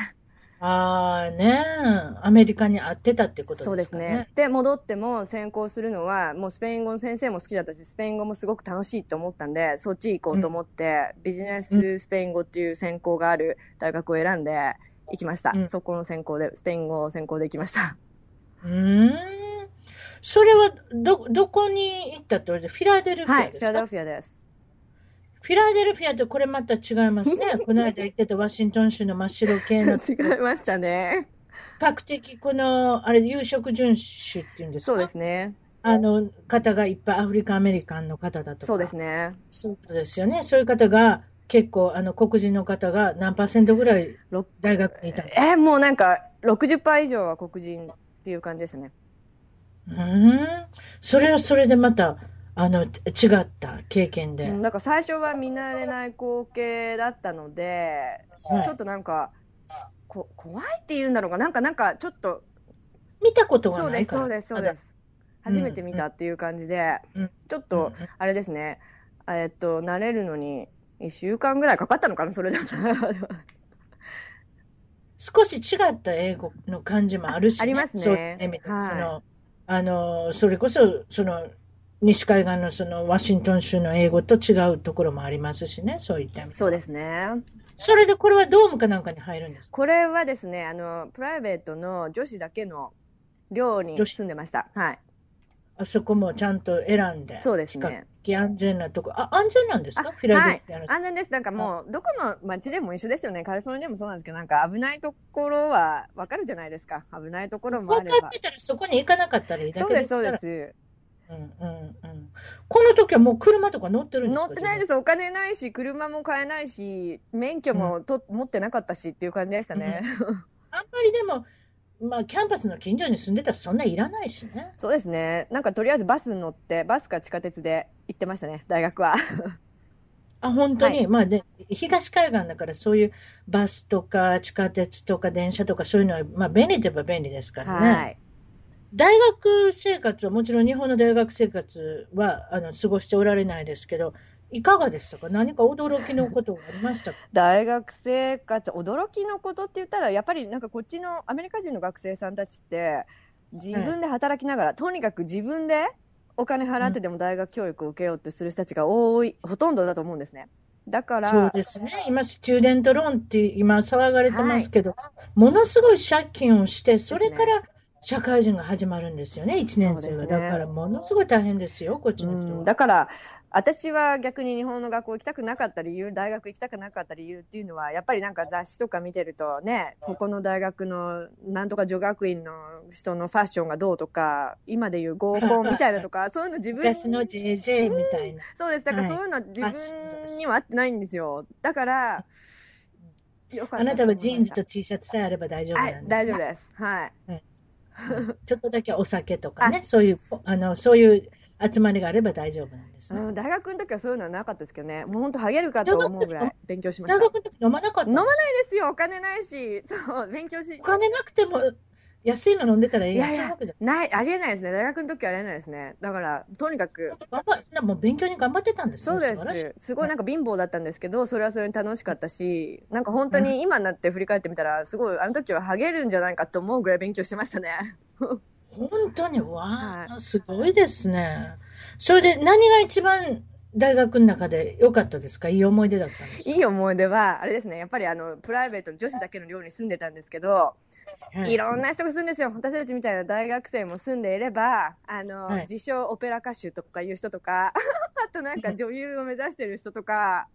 [SPEAKER 1] ああねえ、アメリカに会ってたってこと
[SPEAKER 2] そう
[SPEAKER 1] で
[SPEAKER 2] ですす
[SPEAKER 1] かね。
[SPEAKER 2] ね。で、戻っても専攻するのは、もうスペイン語の先生も好きだったし、スペイン語もすごく楽しいと思ったんで、そっち行こうと思って、ビジネススペイン語っていう専攻がある大学を選んで行きました。
[SPEAKER 1] うん
[SPEAKER 2] そこの専攻で、スペイン語を専攻で行き ました。
[SPEAKER 1] うーん。それは、ど、どこに行ったって俺で、フィラデルフィ
[SPEAKER 2] は
[SPEAKER 1] ア
[SPEAKER 2] い、フ
[SPEAKER 1] で
[SPEAKER 2] ィ
[SPEAKER 1] す
[SPEAKER 2] ラデ
[SPEAKER 1] か、
[SPEAKER 2] ルフィアです。
[SPEAKER 1] フィラデルフィアってこれまた違いますね。 この間行ってたワシントン州の真っ白系の、比
[SPEAKER 2] 違いましたね。
[SPEAKER 1] 較的この、あれ、有色準種っていうんですか
[SPEAKER 2] そうですね。
[SPEAKER 1] あの、方がいっぱいアフリカアメリカンの方だとか。
[SPEAKER 2] そうですね。
[SPEAKER 1] そういうことですよね。そういう方が、結構、あの、黒人の方が何パーセントぐらい
[SPEAKER 2] ろ
[SPEAKER 1] 大学にいたの
[SPEAKER 2] えー、もうなんか、60%以上は黒人っていう感じですね。
[SPEAKER 1] うーん。それはそれでまた、あの、て違った経験で。
[SPEAKER 2] うん、なんか最初は見慣れない光景だったので、
[SPEAKER 1] はい
[SPEAKER 2] ちょっとなんかこ怖いっていうんだろうかなんかなんかちょっと
[SPEAKER 1] 見たこと
[SPEAKER 2] そ
[SPEAKER 1] が
[SPEAKER 2] う
[SPEAKER 1] な
[SPEAKER 2] で
[SPEAKER 1] い
[SPEAKER 2] す
[SPEAKER 1] から。
[SPEAKER 2] そうですそうです
[SPEAKER 1] うん
[SPEAKER 2] 初めて見たっていう感じで、
[SPEAKER 1] うん
[SPEAKER 2] ち
[SPEAKER 1] ま
[SPEAKER 2] ょっ
[SPEAKER 1] だ。
[SPEAKER 2] と
[SPEAKER 1] うん
[SPEAKER 2] あれですね、えっと慣れるのに1週間ぐらいかかったのかなそれだったら
[SPEAKER 1] 少し違った英語の感じもあるし、
[SPEAKER 2] あありますね
[SPEAKER 1] そういう意味で
[SPEAKER 2] はい
[SPEAKER 1] その、あの、それこそ、その、西海岸のそのワシントン州の英語と違うところもありますしね、 そういった意味で
[SPEAKER 2] そうですね
[SPEAKER 1] それでこれはドームかなんかに入るんですか
[SPEAKER 2] これはですねあのプライベートの女子だけの寮に
[SPEAKER 1] 女子
[SPEAKER 2] 住んでましたはい
[SPEAKER 1] あそこもちゃんと選んで。
[SPEAKER 2] そうです
[SPEAKER 1] 比
[SPEAKER 2] ね
[SPEAKER 1] 較的安全なとこ。あ、安全なんですか
[SPEAKER 2] あ
[SPEAKER 1] フィラデルフィアの。
[SPEAKER 2] 安全です。なんかもう、どこの街でも一緒ですよね。カリフォルニアもそうなんですけど、なんか危ないところはわかるじゃないですか。危ないところもあ
[SPEAKER 1] 分
[SPEAKER 2] れ
[SPEAKER 1] か
[SPEAKER 2] ば
[SPEAKER 1] っ。てたらそこに行かなかったらいいだ
[SPEAKER 2] そう
[SPEAKER 1] けで
[SPEAKER 2] です、
[SPEAKER 1] すか
[SPEAKER 2] そう
[SPEAKER 1] ら。
[SPEAKER 2] です。
[SPEAKER 1] うんうんうん。この時はもう車とか乗ってるんです
[SPEAKER 2] 乗
[SPEAKER 1] か。
[SPEAKER 2] ってないですす。お金ないし、車も買えないし、免許もと、持ってなかったしっていう感じでしたね。
[SPEAKER 1] あんまりでも、まあ、キャンパスの近所に住んでたらそんないらないしね。
[SPEAKER 2] そうですね。なんかとりあえずバスに乗って、バスか地下鉄で行ってましたね、大学は。
[SPEAKER 1] あ、本当に。
[SPEAKER 2] は
[SPEAKER 1] まあで、東海岸だからそういうバスとか地下鉄とか電車とかそういうのは、まあ便利といえば便利ですからね。
[SPEAKER 2] はい。
[SPEAKER 1] 大学生活はもちろん日本の大学生活はあの過ごしておられないですけど、いかがでしたか何か驚きのことがありましたか
[SPEAKER 2] 大学生活驚きのことって言ったらやっぱりなんかこっちのアメリカ人の学生さんたちって自分で働きながら、とにかく自分でお金払ってでも大学教育を受けようとする人たちが多い、ほとんどだと思うんですねだから
[SPEAKER 1] そうですね。今、スチューデントローンって今騒がれてますけど、ものすごい借金をして、それから社会人が始まるんですよね、1年生
[SPEAKER 2] そう
[SPEAKER 1] が。
[SPEAKER 2] ですね
[SPEAKER 1] だから、ものすごい大変ですよ、こっち
[SPEAKER 2] う
[SPEAKER 1] の人
[SPEAKER 2] ん
[SPEAKER 1] は。
[SPEAKER 2] だから私は逆に日本の学校行きたくなかった理由、大学行きたくなかった理由っていうのは、やっぱりなんか雑誌とか見てるとね、ここの大学のなんとか女学院の人のファッションがどうとか、今でいう合コンみたいなとか、そういうの自分に
[SPEAKER 1] 私の JJ みたいな。
[SPEAKER 2] そうです。だから
[SPEAKER 1] はい
[SPEAKER 2] そういうのは自分には合ってないんですよ。だから、よかった
[SPEAKER 1] あなたはジーンズ
[SPEAKER 2] と
[SPEAKER 1] と T シャツさえあれば大丈夫な
[SPEAKER 2] は
[SPEAKER 1] いん、です、
[SPEAKER 2] 大丈夫です。はい。
[SPEAKER 1] ちょっとだけお酒とかね、そういう、あの、そういう集まりがあれば大丈夫なんですね。
[SPEAKER 2] うん、大学の時はそういうのはなかったですけどね。もう本当、ハゲるかと思うぐらい勉強しまし
[SPEAKER 1] 大
[SPEAKER 2] た。ない
[SPEAKER 1] 学の時飲まなかった
[SPEAKER 2] 飲まですよ、お金ないし、そう、勉強し
[SPEAKER 1] お、金なくても安いの飲んでたらいい
[SPEAKER 2] い
[SPEAKER 1] や
[SPEAKER 2] や
[SPEAKER 1] ん
[SPEAKER 2] い
[SPEAKER 1] そういう
[SPEAKER 2] や
[SPEAKER 1] わけじゃ、
[SPEAKER 2] ない、ありえないですね。大学の時はありえないですね。だから、とにかく、
[SPEAKER 1] 頑張みんなもう勉強に頑張ってたんです
[SPEAKER 2] そ
[SPEAKER 1] ね
[SPEAKER 2] うで
[SPEAKER 1] 素晴らしい
[SPEAKER 2] す。すごいなんか貧乏だったんですけど、それはそれに楽しかったし、なんか本当に今になって振り返ってみたら、すごい、あの時はハゲるんじゃないかと思うぐらい勉強してましたね。
[SPEAKER 1] 本当にわあ、
[SPEAKER 2] は
[SPEAKER 1] すごいですねそれで何が一番大学の中で良かったですかいい思い出だったんですか
[SPEAKER 2] いい思い出は、あれですね、やっぱりあの、プライベートの女子だけの寮に住んでたんですけど、いろんな人が住んでるんですよ。私たちみたいな大学生も住んでいれば、あの、
[SPEAKER 1] はい
[SPEAKER 2] 自称オペラ歌手とかいう人とか、 あとなんか女優を目指してる人とか、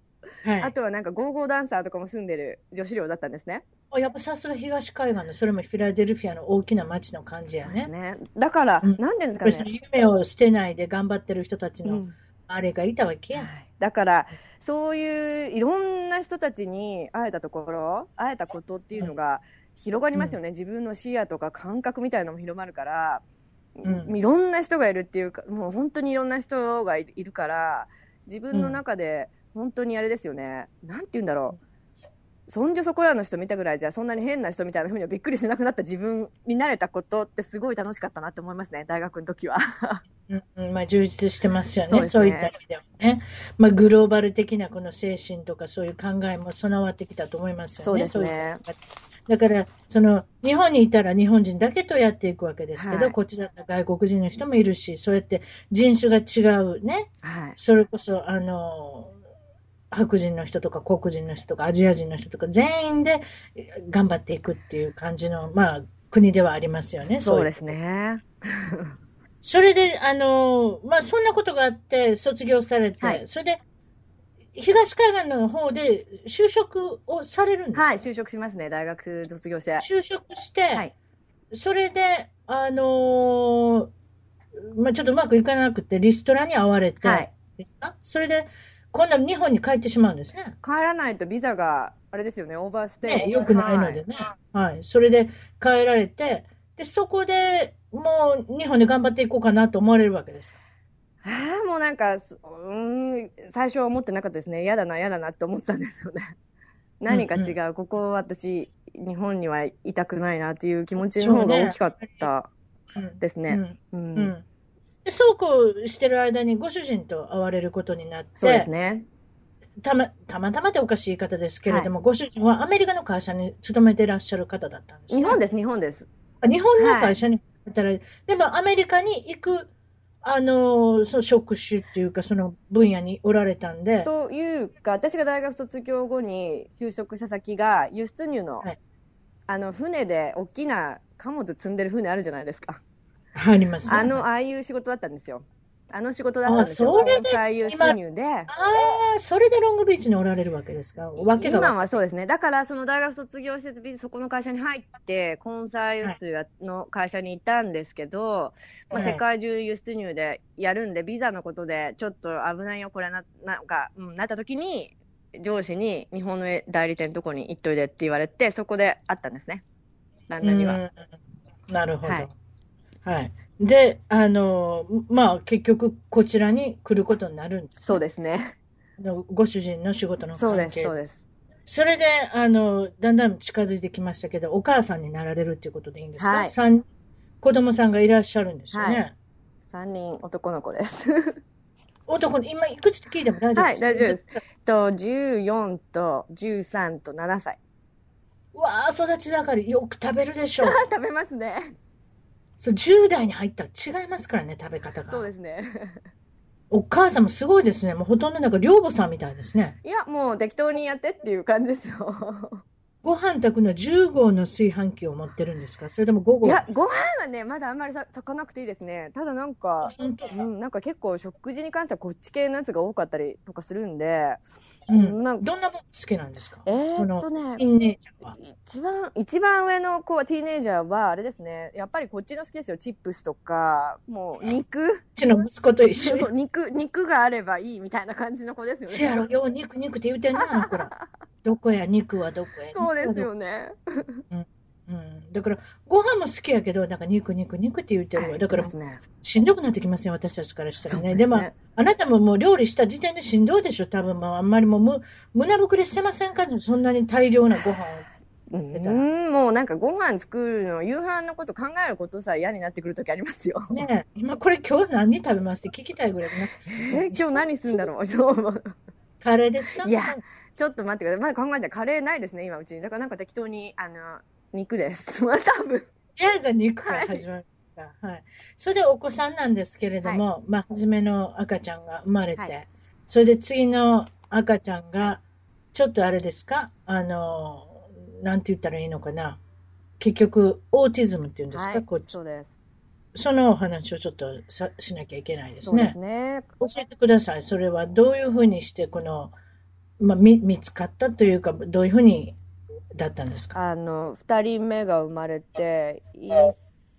[SPEAKER 1] はい、
[SPEAKER 2] あとはなんかゴーゴーダンサーとかも住んでる女子寮だったんですね。
[SPEAKER 1] あやっぱさすが東海岸のそれもフィラデルフィアの大きな街の感じやね
[SPEAKER 2] ね。だから、
[SPEAKER 1] うん
[SPEAKER 2] なんていうん
[SPEAKER 1] やっぱ
[SPEAKER 2] で
[SPEAKER 1] り
[SPEAKER 2] す
[SPEAKER 1] そ
[SPEAKER 2] か
[SPEAKER 1] の
[SPEAKER 2] ね。
[SPEAKER 1] 夢を捨てないで頑張ってる人たち
[SPEAKER 2] う
[SPEAKER 1] の
[SPEAKER 2] ん
[SPEAKER 1] あれがいたわけや、
[SPEAKER 2] だから、そういういろんな人たちに会えたところ、会えたことっていうのが広がりますよね。自分の視野とか感覚みたいなのも広まるから、
[SPEAKER 1] うん
[SPEAKER 2] いろんな人がいるっていうか、もう本当にいろんな人がいいるから、自分の中で本当にあれですよね。なんて言うんだろう。そんじょそこらの人見たぐらいじゃ、そんなに変な人みたいなふうにはびっくりしなくなった自分になれたことってすごい楽しかったなって思いますね。大学の時は。
[SPEAKER 1] うんまあ、充実してますよね
[SPEAKER 2] そうですね
[SPEAKER 1] そういった意味ではね、まあ、グローバル的なこの精神とかそういう考えも備わってきたと思いますよね。
[SPEAKER 2] そうです
[SPEAKER 1] い
[SPEAKER 2] ね。
[SPEAKER 1] だからその日本にいたら日本人だけとやっていくわけですけど、
[SPEAKER 2] はい
[SPEAKER 1] こっちだったら外国人の人もいるしそうやって人種が違うね
[SPEAKER 2] はい。
[SPEAKER 1] それこそあの白人の人とか黒人の人とかアジア人の人とか全員で頑張っていくっていう感じの、まあ、国ではありますよね。
[SPEAKER 2] そう
[SPEAKER 1] い
[SPEAKER 2] ですね。
[SPEAKER 1] それで、あの、まあ、そんなことがあって、卒業されて、
[SPEAKER 2] はい
[SPEAKER 1] それで、東海岸の方で就職をされるんですか、
[SPEAKER 2] はい、就職しますね、大学卒業して。
[SPEAKER 1] 就職して、
[SPEAKER 2] はい
[SPEAKER 1] それで、あのまあ、ちょっとうまくいかなくて、リストラに遭われて、
[SPEAKER 2] はい。
[SPEAKER 1] ですかそれで、今度は日本に帰ってしまうんですね。
[SPEAKER 2] 帰らないとビザが、あれですよね、オーバーステイ。
[SPEAKER 1] ね、よくないのでね。はい。それで帰られて、で、そこでもう日本で頑張っていこうかなと思われるわけですか
[SPEAKER 2] はい。ああ、もうなんか、そううーん、最初は思ってなかったですね。嫌だな、嫌だなって思ったんですよね。何か違う、ここ私、日本にはいたくないなっていう気持ちの方が大きかった
[SPEAKER 1] うん
[SPEAKER 2] です
[SPEAKER 1] う
[SPEAKER 2] ね。
[SPEAKER 1] ん
[SPEAKER 2] う
[SPEAKER 1] う
[SPEAKER 2] ん。
[SPEAKER 1] んでそうこうしてる間にご主人と会われることになって、
[SPEAKER 2] そうですね。
[SPEAKER 1] たまたまたまっておかしい言い方ですけれども、ご主人はアメリカの会社に勤めてらっしゃる方だったんです、ね、
[SPEAKER 2] 日本です、日本です。
[SPEAKER 1] あ日本の会社に働いて、でもアメリカに行く、あのーその職種っていうか、その分野におられたんで、
[SPEAKER 2] というか、私が大学卒業後に就職した先が、輸出入の、
[SPEAKER 1] はい
[SPEAKER 2] あの、船で大きな貨物積んでる船あるじゃないですか。
[SPEAKER 1] 入りますね、
[SPEAKER 2] あの、ああいう仕事だったんですよ。あの仕事だったんですよ。
[SPEAKER 1] あそれで
[SPEAKER 2] 国際輸出入で。
[SPEAKER 1] あーそれでロングビーチにおられるわけですか。わけがわ
[SPEAKER 2] 今はそうですね。だから、その大学卒業して、そこの会社に入って、コンサル輸出の会社にいたんですけど、
[SPEAKER 1] は
[SPEAKER 2] まあ、
[SPEAKER 1] い
[SPEAKER 2] 世界中輸出入でやるんで、ビザのことで、ちょっと危ないよ、これな、なんか、うん、なった時に、上司に日本の代理店のとこに行っといでって言われて、そこで会ったんですね。旦那には。
[SPEAKER 1] うんなるほど。は
[SPEAKER 2] はいい。
[SPEAKER 1] で、あの、まあ、結局、こちらに来ることになるんです。
[SPEAKER 2] そうですね。
[SPEAKER 1] ご主人の仕事の
[SPEAKER 2] そう
[SPEAKER 1] 関
[SPEAKER 2] です、
[SPEAKER 1] 係。
[SPEAKER 2] そうです。
[SPEAKER 1] それで、あの、だんだん近づいてきましたけど、お母さんになられるっていうことでいいんですか、
[SPEAKER 2] はい
[SPEAKER 1] 三子供さんがいらっしゃるんですよね。
[SPEAKER 2] は3人男の子です。
[SPEAKER 1] 男の、今、いくつって聞いても大丈夫で
[SPEAKER 2] は
[SPEAKER 1] す
[SPEAKER 2] い、
[SPEAKER 1] か
[SPEAKER 2] 大丈夫です。。と、14と13と7歳。
[SPEAKER 1] うわあ、育ち盛り、よく食べるでしょう。
[SPEAKER 2] 食べますね。
[SPEAKER 1] そう10代に入ったら違いますからね、食べ方が。
[SPEAKER 2] そうですね。
[SPEAKER 1] お母さんもすごいですね。もうほとんどなんか、寮母さんみたいですね。
[SPEAKER 2] いや、もう適当にやってっていう感じですよ。
[SPEAKER 1] ご飯炊くの10号の炊飯器を持ってるんですかそれとも5号
[SPEAKER 2] い
[SPEAKER 1] で
[SPEAKER 2] や、
[SPEAKER 1] すか
[SPEAKER 2] ご飯はね、まだあんまりさ炊かなくていいですね。ただなんか、
[SPEAKER 1] 本当
[SPEAKER 2] うん、なんか結構食事に関してはこっち系のやつが多かったりとかするんで、
[SPEAKER 1] うん
[SPEAKER 2] なんか
[SPEAKER 1] どんなもん好きなんですか
[SPEAKER 2] えー
[SPEAKER 1] そ
[SPEAKER 2] っと
[SPEAKER 1] の、
[SPEAKER 2] ね、
[SPEAKER 1] インネージャーは。
[SPEAKER 2] 一番、一番上の子は、ティーネイジャーは、あれですね、やっぱりこっちの好きですよ、チップスとか、もう肉、
[SPEAKER 1] うちの息子と一緒に
[SPEAKER 2] そう肉、肉があればいいみたいな感じの子ですよ
[SPEAKER 1] せや
[SPEAKER 2] ね。
[SPEAKER 1] ろ、よう肉肉って言うてんな、あの子ら。どこや、肉はどこや。
[SPEAKER 2] そうです
[SPEAKER 1] 肉はどこ
[SPEAKER 2] よね。
[SPEAKER 1] うん。だから、ご飯も好きやけど、なんか肉肉肉って言うてる
[SPEAKER 2] は
[SPEAKER 1] わ。
[SPEAKER 2] い
[SPEAKER 1] だから
[SPEAKER 2] で、すね。
[SPEAKER 1] しんどくなってきますよ、私たちからしたら
[SPEAKER 2] そう
[SPEAKER 1] ね。
[SPEAKER 2] す
[SPEAKER 1] でも、あなたももう料理した時点でしんどいでしょ、多分。まあ、あんまりもうむ、胸膨れしてませんかそんなに大量なご飯を。
[SPEAKER 2] う
[SPEAKER 1] 出たら
[SPEAKER 2] ーん、もうなんかご飯作るの、夕飯のこと考えることさえ嫌になってくるときありますよ。
[SPEAKER 1] ねえ今これ今日何食べますって聞きたいぐらいね。
[SPEAKER 2] え 今日何すんだろうそう
[SPEAKER 1] カレーですか
[SPEAKER 2] いやちょっと待ってください。まだ考えたらカレーないですね、今うちに。だからなんか適当に、あの、肉です。 まあ多分。
[SPEAKER 1] とりあえずは肉から始まりますか。はい。それでお子さんなんですけれども、まあ、初めの赤ちゃんが生まれて、
[SPEAKER 2] はい
[SPEAKER 1] それで次の赤ちゃんが、ちょっとあれですかあの、なんて言ったらいいのかな。結局、オーティズムっていうんですか、
[SPEAKER 2] はい
[SPEAKER 1] こっち
[SPEAKER 2] そうです。
[SPEAKER 1] そのお話をちょっとさしなきゃいけないです
[SPEAKER 2] そうで
[SPEAKER 1] ね
[SPEAKER 2] す。ね。
[SPEAKER 1] 教えてください。それはどういうふうにして、この、まあ、み見つかったというか、どういうふうにだったんですか
[SPEAKER 2] あの、二人目が生まれて、1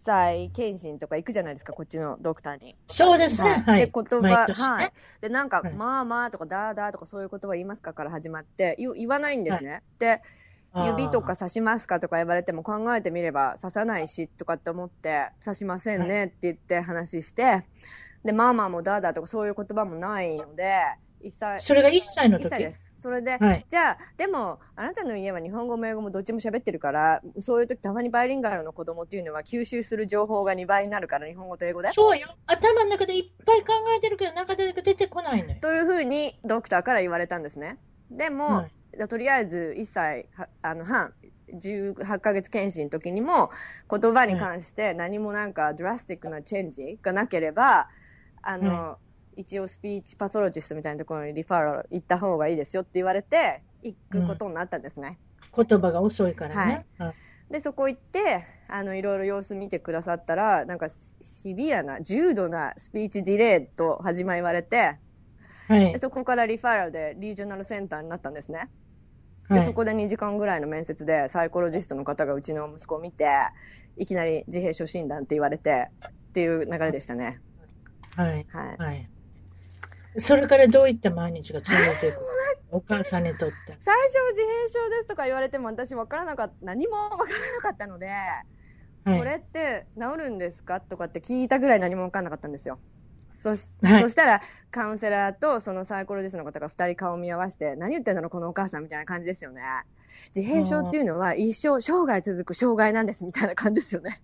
[SPEAKER 2] 歳検診とか行くじゃないですか、こっちのドクターに。
[SPEAKER 1] そうですね。はい。
[SPEAKER 2] で、言葉、
[SPEAKER 1] 毎年ね
[SPEAKER 2] はい。で、なんか、
[SPEAKER 1] はい
[SPEAKER 2] まあまあとか、だーだーとか、そういう言葉言いますかから始まって、言言わないんですね。で、
[SPEAKER 1] あー
[SPEAKER 2] 指とか刺しますかとか言われても考えてみれば刺さないしとかって思って刺しませんねって言って話して、で、ママもダーダーとかそういう言葉もないので、一歳、
[SPEAKER 1] それが1歳の
[SPEAKER 2] 一
[SPEAKER 1] 時
[SPEAKER 2] 歳です。それで、
[SPEAKER 1] はい。
[SPEAKER 2] じゃあ、でも、あなたの家は日本語も英語もどっちも喋ってるから、そういう時たまにバイリンガルの子供っていうのは吸収する情報が2倍になるから、日本語と英語で。
[SPEAKER 1] そうよ。頭の中でいっぱい考えてるけど、なかなか出てこないのよ。
[SPEAKER 2] というふうにドクターから言われたんですね。でも、
[SPEAKER 1] はい
[SPEAKER 2] じゃあとりあえず1歳はあの半18ヶ月検診の時にも言葉に関して何もなんかドラスティックなチェンジがなければあの、一応スピーチパソロジストみたいなところにリファラル行った方がいいですよって言われて行くことになったんですね。
[SPEAKER 1] 言葉が遅いからね。はい
[SPEAKER 2] でそこ行ってあのいろいろ様子見てくださったらなんかシビアな重度なスピーチディレイと始ま言われて
[SPEAKER 1] はい
[SPEAKER 2] で。そこからリファラルでリージョナルセンターになったんですね。
[SPEAKER 1] は
[SPEAKER 2] で、
[SPEAKER 1] い
[SPEAKER 2] そこで2時間ぐらいの面接で、サイコロジストの方がうちの息子を見て、いきなり自閉症診断って言われて、っていう流れでしたね。
[SPEAKER 1] はい。
[SPEAKER 2] はい。
[SPEAKER 1] はい。それからどういった毎日が続いていくか。 お母さんにとって。
[SPEAKER 2] 最初自閉症ですとか言われても私分からなかった、何も分からなかったので、
[SPEAKER 1] はい。
[SPEAKER 2] これって治るんですかとかって聞いたぐらい何も分からなかったんですよ。そし
[SPEAKER 1] はい
[SPEAKER 2] そしたら、カウンセラーとそのサイコロジストの方が2人顔見合わせて、何言ってんだろう、このお母さんみたいな感じですよね。自閉症っていうのは一生、生涯続く障害なんですみたいな感じですよね。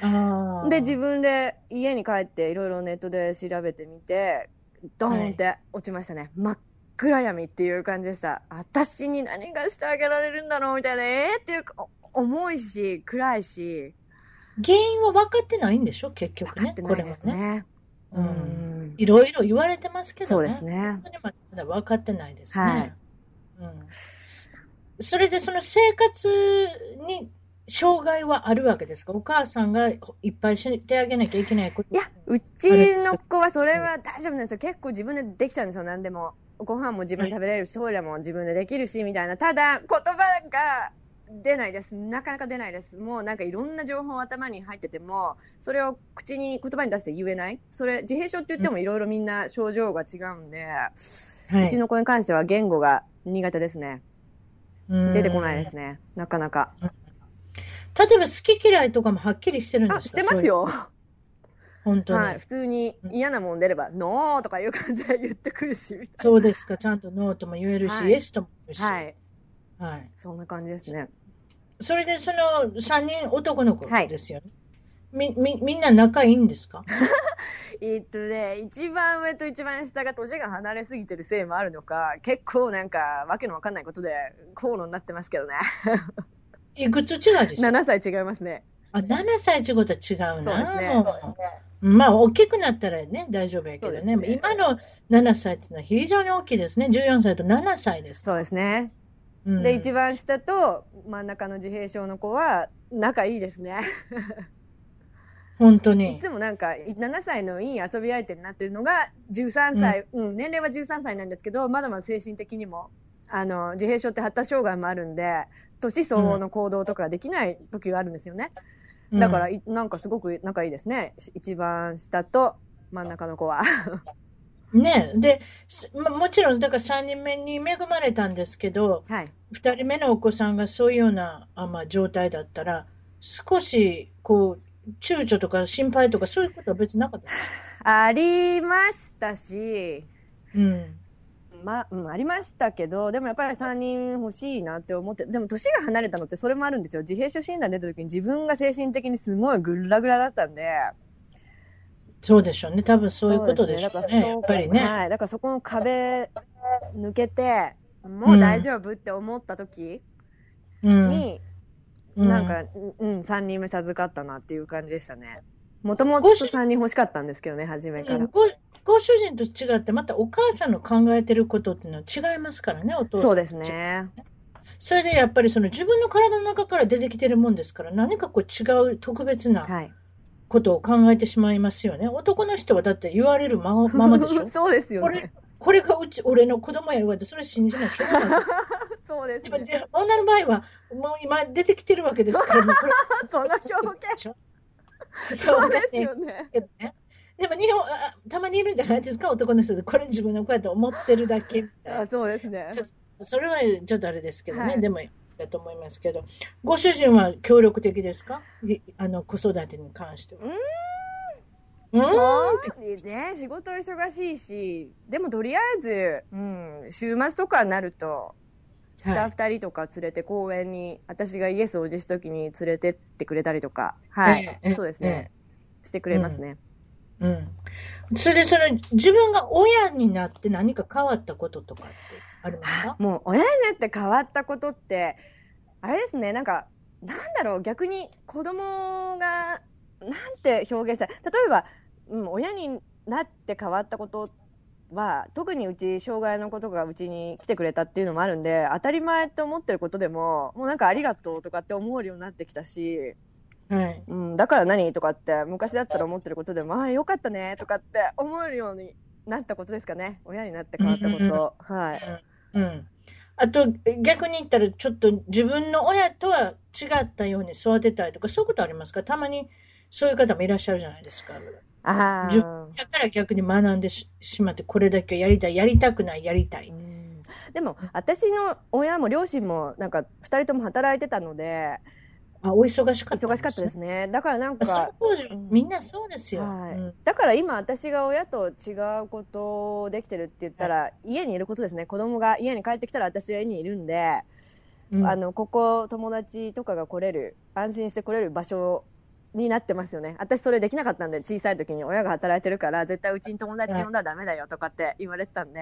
[SPEAKER 1] あー
[SPEAKER 2] で、自分で家に帰っていろいろネットで調べてみて、ドーンって落ちましたね。真っ暗闇っていう感じでした。私に何がしてあげられるんだろうみたいな、えー、っていうか、お重いし、暗いし、
[SPEAKER 1] 原因は分かってないんでしょ結
[SPEAKER 2] 分
[SPEAKER 1] 局
[SPEAKER 2] か
[SPEAKER 1] ね。
[SPEAKER 2] って
[SPEAKER 1] こ
[SPEAKER 2] な
[SPEAKER 1] れ
[SPEAKER 2] い
[SPEAKER 1] も
[SPEAKER 2] です
[SPEAKER 1] ね。
[SPEAKER 2] ね。
[SPEAKER 1] う。
[SPEAKER 2] うんん。
[SPEAKER 1] いろいろ言われてますけどね。
[SPEAKER 2] そうですね。
[SPEAKER 1] 本当にまだ分かってないですね。
[SPEAKER 2] はい
[SPEAKER 1] うん、それでその生活に障害はあるわけですかお母さんがいっぱいしてあげなきゃいけないこと。
[SPEAKER 2] いや、うちの子はそれは大丈夫なんですよ。結構自分でできちゃうんですよ、何でも。ご飯も自分で食べれるし、トイレも自分でできるし、みたいな。ただ、言葉が出ないです。なかなか出ないです。もうなんかいろんな情報頭に入ってても、それを口に、言葉に出して言えない。それ、自閉症って言ってもいろいろみんな症状が違うんで、
[SPEAKER 1] はいう。
[SPEAKER 2] ちの子に関しては言語が苦手ですね。出てこないですすね。なかなか。
[SPEAKER 1] 例えば好き嫌いとかもはっきりしてるんですか
[SPEAKER 2] あ、してます。よ。
[SPEAKER 1] そういう本当に、
[SPEAKER 2] はい。普通に嫌なもん出れば、ノーとかいう感じで言ってくるし、みたいな。
[SPEAKER 1] そうですか。ちゃんとノーとも言えるし、
[SPEAKER 2] はい
[SPEAKER 1] イエスとも言えるし、
[SPEAKER 2] はい。
[SPEAKER 1] はい
[SPEAKER 2] そんな感じですね。
[SPEAKER 1] それでその3人男の子
[SPEAKER 2] はい
[SPEAKER 1] ですよね。み、み、みんな仲いいんですか
[SPEAKER 2] えーっとね、一番上と一番下が年が離れすぎてるせいもあるのか、結構なんか、わけのわかんないことで、口論になってます けどね。
[SPEAKER 1] いくつ違うでしょ
[SPEAKER 2] 7歳違いますね。
[SPEAKER 1] あ、7歳違うと違うな。
[SPEAKER 2] そうですね
[SPEAKER 1] もまあ、大きくなったらね、大丈夫やけど
[SPEAKER 2] そうで
[SPEAKER 1] ね。
[SPEAKER 2] すね
[SPEAKER 1] 今の7歳っていうのは非常に大きいですね。14歳と7歳ですか
[SPEAKER 2] そうですね。
[SPEAKER 1] うん
[SPEAKER 2] で、一番下と真ん中の自閉症の子は仲いいですね。
[SPEAKER 1] 本当
[SPEAKER 2] い
[SPEAKER 1] に。
[SPEAKER 2] つもなんか、7歳のいい遊び相手になってるのが、13歳、うん、年齢は13歳なんですけど、まだまだ精神的にも、あの、自閉症って発達障害もあるんで、年相応の行動とかができない時があるんですよね。だから、
[SPEAKER 1] うん、
[SPEAKER 2] いなんかすごく仲いいですね。し一番下と真ん中の子は。
[SPEAKER 1] ね、で、すまもちろん、だから3人目に恵まれたんですけど、
[SPEAKER 2] はい。
[SPEAKER 1] 2人目のお子さんがそういうような、あまあ、状態だったら、少し、こう、躊躇とか心配とか、そういうことは別になかった。
[SPEAKER 2] ありましたし、
[SPEAKER 1] うん。
[SPEAKER 2] まあ、うん、ありましたけど、でもやっぱり3人欲しいなって思って、でも年が離れたのってそれもあるんですよ。自閉症診断出た時に自分が精神的にすごいぐらぐらだったんで。
[SPEAKER 1] そうでしょうね。多分そういうことでしょ
[SPEAKER 2] そうす
[SPEAKER 1] ね。
[SPEAKER 2] ね
[SPEAKER 1] やっ
[SPEAKER 2] だか
[SPEAKER 1] ぱ
[SPEAKER 2] ら
[SPEAKER 1] り
[SPEAKER 2] そ
[SPEAKER 1] ね。
[SPEAKER 2] はい。だからそこの壁抜けて、もう大丈夫って思った時
[SPEAKER 1] うん。
[SPEAKER 2] に、
[SPEAKER 1] うん
[SPEAKER 2] なんか、うん、うん3人目授かったなっていう感じでしたね。もともと3人欲しかったんですけどね、初めから。
[SPEAKER 1] ごご主人と違って、またお母さんの考えてることっていうのは違いますからね、お父さん。
[SPEAKER 2] そうです。ね。
[SPEAKER 1] それでやっぱりその自分の体の中から出てきてるもんですから、何かこう違う特別な
[SPEAKER 2] はい。
[SPEAKER 1] ことを考えてしまいますよね。男の人はだって言われるままままでしょ。
[SPEAKER 2] そうですよ
[SPEAKER 1] こ
[SPEAKER 2] ね
[SPEAKER 1] れ。これがうち、俺の子供や言われて、それ信じなきゃいけないです
[SPEAKER 2] そうです
[SPEAKER 1] よ
[SPEAKER 2] ね。
[SPEAKER 1] で女の場合は、もう今出てきてるわけですから、もうこれ
[SPEAKER 2] その表現。
[SPEAKER 1] そ
[SPEAKER 2] そ
[SPEAKER 1] う
[SPEAKER 2] う
[SPEAKER 1] で
[SPEAKER 2] ですす
[SPEAKER 1] ね。
[SPEAKER 2] よね。
[SPEAKER 1] けどね。でも日本、あたまにいるんじゃないですか、男の人で。これ自分の子やと思ってるだけみたい
[SPEAKER 2] あ
[SPEAKER 1] な。
[SPEAKER 2] そうですね。
[SPEAKER 1] ちょっそれはちょっとあれですけどね、
[SPEAKER 2] はい
[SPEAKER 1] でも、だと思いますけど。ご主人は協力的ですかいあの、子育てに関しては。うーん。う
[SPEAKER 2] そうですね、仕事忙しいし、でもとりあえず、うん、週末とかになると、下
[SPEAKER 1] はい
[SPEAKER 2] 2人とか連れて公園に、私がイエスを辞した時に連れてってくれたりとか、
[SPEAKER 1] ーん。
[SPEAKER 2] はい、
[SPEAKER 1] ええ
[SPEAKER 2] そうですね、。してくれますね。
[SPEAKER 1] ええうん。それで、その、自分が親になって何か変わったこととかってありますか
[SPEAKER 2] もう親になって変わったことって、あれですね、なんか、なんだろう、逆に子供が、なんて表現したい。例えば、うん、親になって変わったことは、特にうち、障害の子とかがうちに来てくれたっていうのもあるんで、当たり前って思ってることでも、もうなんかありがとうとかって思うようになってきたし、
[SPEAKER 1] はい。
[SPEAKER 2] うん、だから何とかって、昔だったら思ってることでも、ああ、よかったねとかって思えるようになったことですかね。親になって変わったこ
[SPEAKER 1] うんうん
[SPEAKER 2] と。はい。
[SPEAKER 1] うん。あと、逆に言ったら、ちょっと自分の親とは違ったように育てたいとか、そういうことありますかたまにそういう方もいらっしゃるじゃないですか。
[SPEAKER 2] あ
[SPEAKER 1] じゅ
[SPEAKER 2] あ。
[SPEAKER 1] だから逆に学んでししまって、これだけやりたい、やりたくない、やりたい。
[SPEAKER 2] うんでも私の親も両親もなんか2人とも働いてたので
[SPEAKER 1] あ、お忙しかったん、
[SPEAKER 2] 忙しかったです
[SPEAKER 1] ね。
[SPEAKER 2] ねだからなん
[SPEAKER 1] その
[SPEAKER 2] か
[SPEAKER 1] 当時
[SPEAKER 2] うん、
[SPEAKER 1] みんなそうですよ。
[SPEAKER 2] はい
[SPEAKER 1] うん
[SPEAKER 2] だから今私が親と違うことをできてるって言ったら家にいることですね子供が家に帰ってきたら私は家にいるんで
[SPEAKER 1] うん
[SPEAKER 2] あのここ友達とかが来れる安心して来れる場所になってますよね私それできなかったんで小さい時に親が働いてるから絶対うちに友達呼んだらダメだよとかって言われてたんで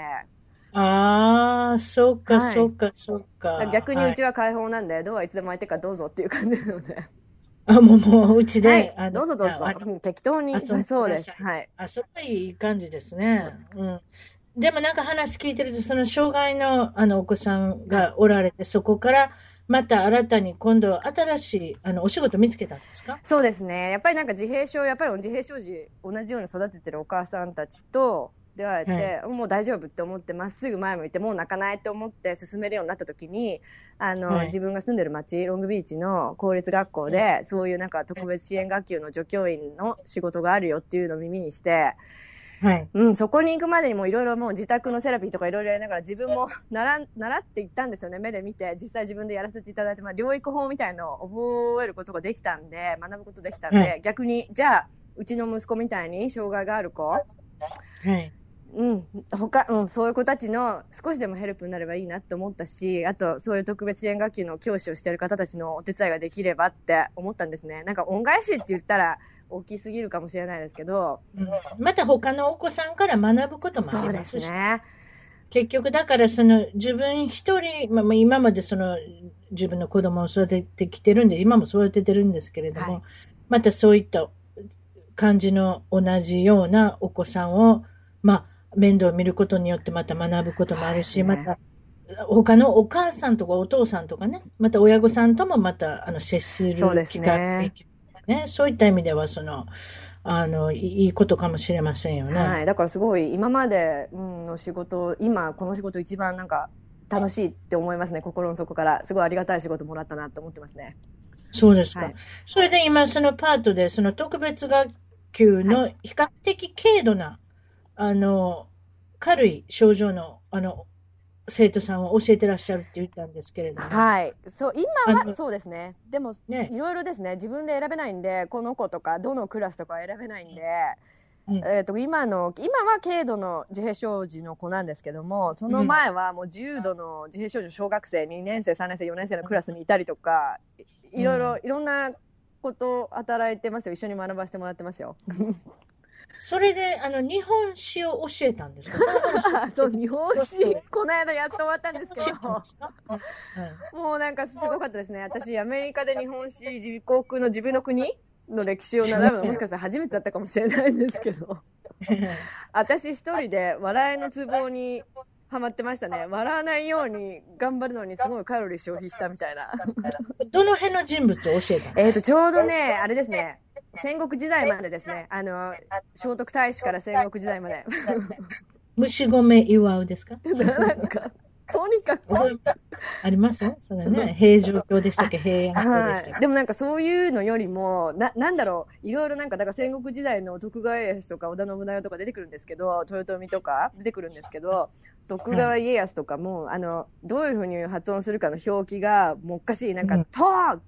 [SPEAKER 1] ああ、そうか、
[SPEAKER 2] はい
[SPEAKER 1] そうか、そう
[SPEAKER 2] だ
[SPEAKER 1] か
[SPEAKER 2] か。ら逆に
[SPEAKER 1] は
[SPEAKER 2] う
[SPEAKER 1] い
[SPEAKER 2] ちは開放なんでドアいつでも開いてるからどうぞっていう感じなので。
[SPEAKER 1] あ、もう、もう、うちで、
[SPEAKER 2] はい
[SPEAKER 1] あ、
[SPEAKER 2] ど
[SPEAKER 1] の
[SPEAKER 2] うぞどうぞ
[SPEAKER 1] あの。
[SPEAKER 2] うん適当に。
[SPEAKER 1] あそう
[SPEAKER 2] そうです。
[SPEAKER 1] くだ
[SPEAKER 2] はい。
[SPEAKER 1] あ、それはいい感じですね。うん。でもなんか話聞いてると、その障害のあのお子さんがおられて、そこからまた新たに今度新しいあのお仕事見つけたんですか
[SPEAKER 2] そうですね。やっぱりなんか自閉症、やっぱり自閉症児、同じように育ててるお母さんたちと出会えて、もう大丈夫って思って、まっすぐ前向いて、もう泣かないって思って進めるようになった時に、あの、
[SPEAKER 1] はい
[SPEAKER 2] 自分が住んでる町、ロングビーチの公立学校で、そういうなんか特別支援学級の助教員の仕事があるよっていうのを耳にして、
[SPEAKER 1] はい。
[SPEAKER 2] うん、そこに行くまでにもいろいろもう自宅のセラピーとかいろいろやりながら自分 も習ん習っていったんですよね。目で見て、実際自分でやらせていただいて、まあ、療育法みたいのを覚えることができたんで、学ぶことできたんで、
[SPEAKER 1] は
[SPEAKER 2] 逆に、じゃあ、うちの息子みたいに障害がある子、
[SPEAKER 1] はい。
[SPEAKER 2] うん、他、うん、そういう子たちの少しでもヘルプになればいいなって思ったし、あと、そういう特別支援学級の教師をしている方たちのお手伝いができればって思ったんですね。なんか恩返しって言ったら大きすぎるかもしれないですけど、
[SPEAKER 1] うんまた他のお子さんから学ぶこともあ
[SPEAKER 2] そう
[SPEAKER 1] り
[SPEAKER 2] で
[SPEAKER 1] ますすし、
[SPEAKER 2] ね。
[SPEAKER 1] 結局だからその自分一人、まあ、まあ今までその自分の子供を育ててきてるんで、今も育ててるんですけれども、
[SPEAKER 2] はい
[SPEAKER 1] またそういった感じの同じようなお子さんを、まあ、面倒を見ることによってまた学ぶこともあるし、
[SPEAKER 2] そう
[SPEAKER 1] ま
[SPEAKER 2] で
[SPEAKER 1] す
[SPEAKER 2] ね
[SPEAKER 1] た他のお母さんとかお父さんとかね、また親御さんともまたあの接する機
[SPEAKER 2] そう
[SPEAKER 1] 会
[SPEAKER 2] で
[SPEAKER 1] が
[SPEAKER 2] すね
[SPEAKER 1] できるね。そういった意味では、その、あの、いいいことかもしれませんよね。
[SPEAKER 2] はい、だからすごい今まで、うん、の仕事今この仕事一番なんか楽しいって思いますね心の底からすごいありがたい仕事もらったなと思ってますね
[SPEAKER 1] そうですか。
[SPEAKER 2] はい
[SPEAKER 1] それで今、そのパートで、その特別学級の比較的軽度な、あの、軽い症状の、あの、生徒さんを教えてらっしゃるって言ったんですけれども。
[SPEAKER 2] はいそう
[SPEAKER 1] あ
[SPEAKER 2] 今は
[SPEAKER 1] の
[SPEAKER 2] そうですねでも
[SPEAKER 1] ね
[SPEAKER 2] いろいろですね自分で選べないんでこの子とかどのクラスとか選べないんで、
[SPEAKER 1] うん
[SPEAKER 2] えー、と今の今は軽度の自閉症児の子なんですけどもその前はもう重度の自閉症児の小学生2年生3年生4年生のクラスにいたりとかいいろいろいろんなこと働いてますよ一緒に学ばせてもらってますよ。
[SPEAKER 1] それで、あの、日本史を教えたんですかそれとも
[SPEAKER 2] そう、日本史、この間やっと終わったんです
[SPEAKER 1] 知
[SPEAKER 2] け
[SPEAKER 1] ってま
[SPEAKER 2] ど、
[SPEAKER 1] すかう
[SPEAKER 2] もうなんかすごかったですね。私、アメリカで日本史、自国の自分の国の歴史を習うの、もしかしたら初めてだったかもしれないんですけど、
[SPEAKER 1] ん
[SPEAKER 2] 私一人で笑いのツボにハマってましたね。笑わないように頑張るのにすごいカロリー消費したみたいな。
[SPEAKER 1] どの辺の人物を教えたんで
[SPEAKER 2] えっと、ちょうどね、あれですね。戦国時代までですね。あの、聖徳太子から戦国時代まで。
[SPEAKER 1] 虫米岩うですか
[SPEAKER 2] なんか、とにかく
[SPEAKER 1] 覚えありますそれね、平城京でしたっけ平安京でしたっ
[SPEAKER 2] はい、でもなんかそういうのよりもななんだろういろいろなんかだから戦国時代の徳川家康とか織田信長とか出てくるんですけど豊臣とか出てくるんですけど徳川家康とかも、あのどういうふうに発音するかの表記がもうおかしいなんか「
[SPEAKER 1] うん
[SPEAKER 2] と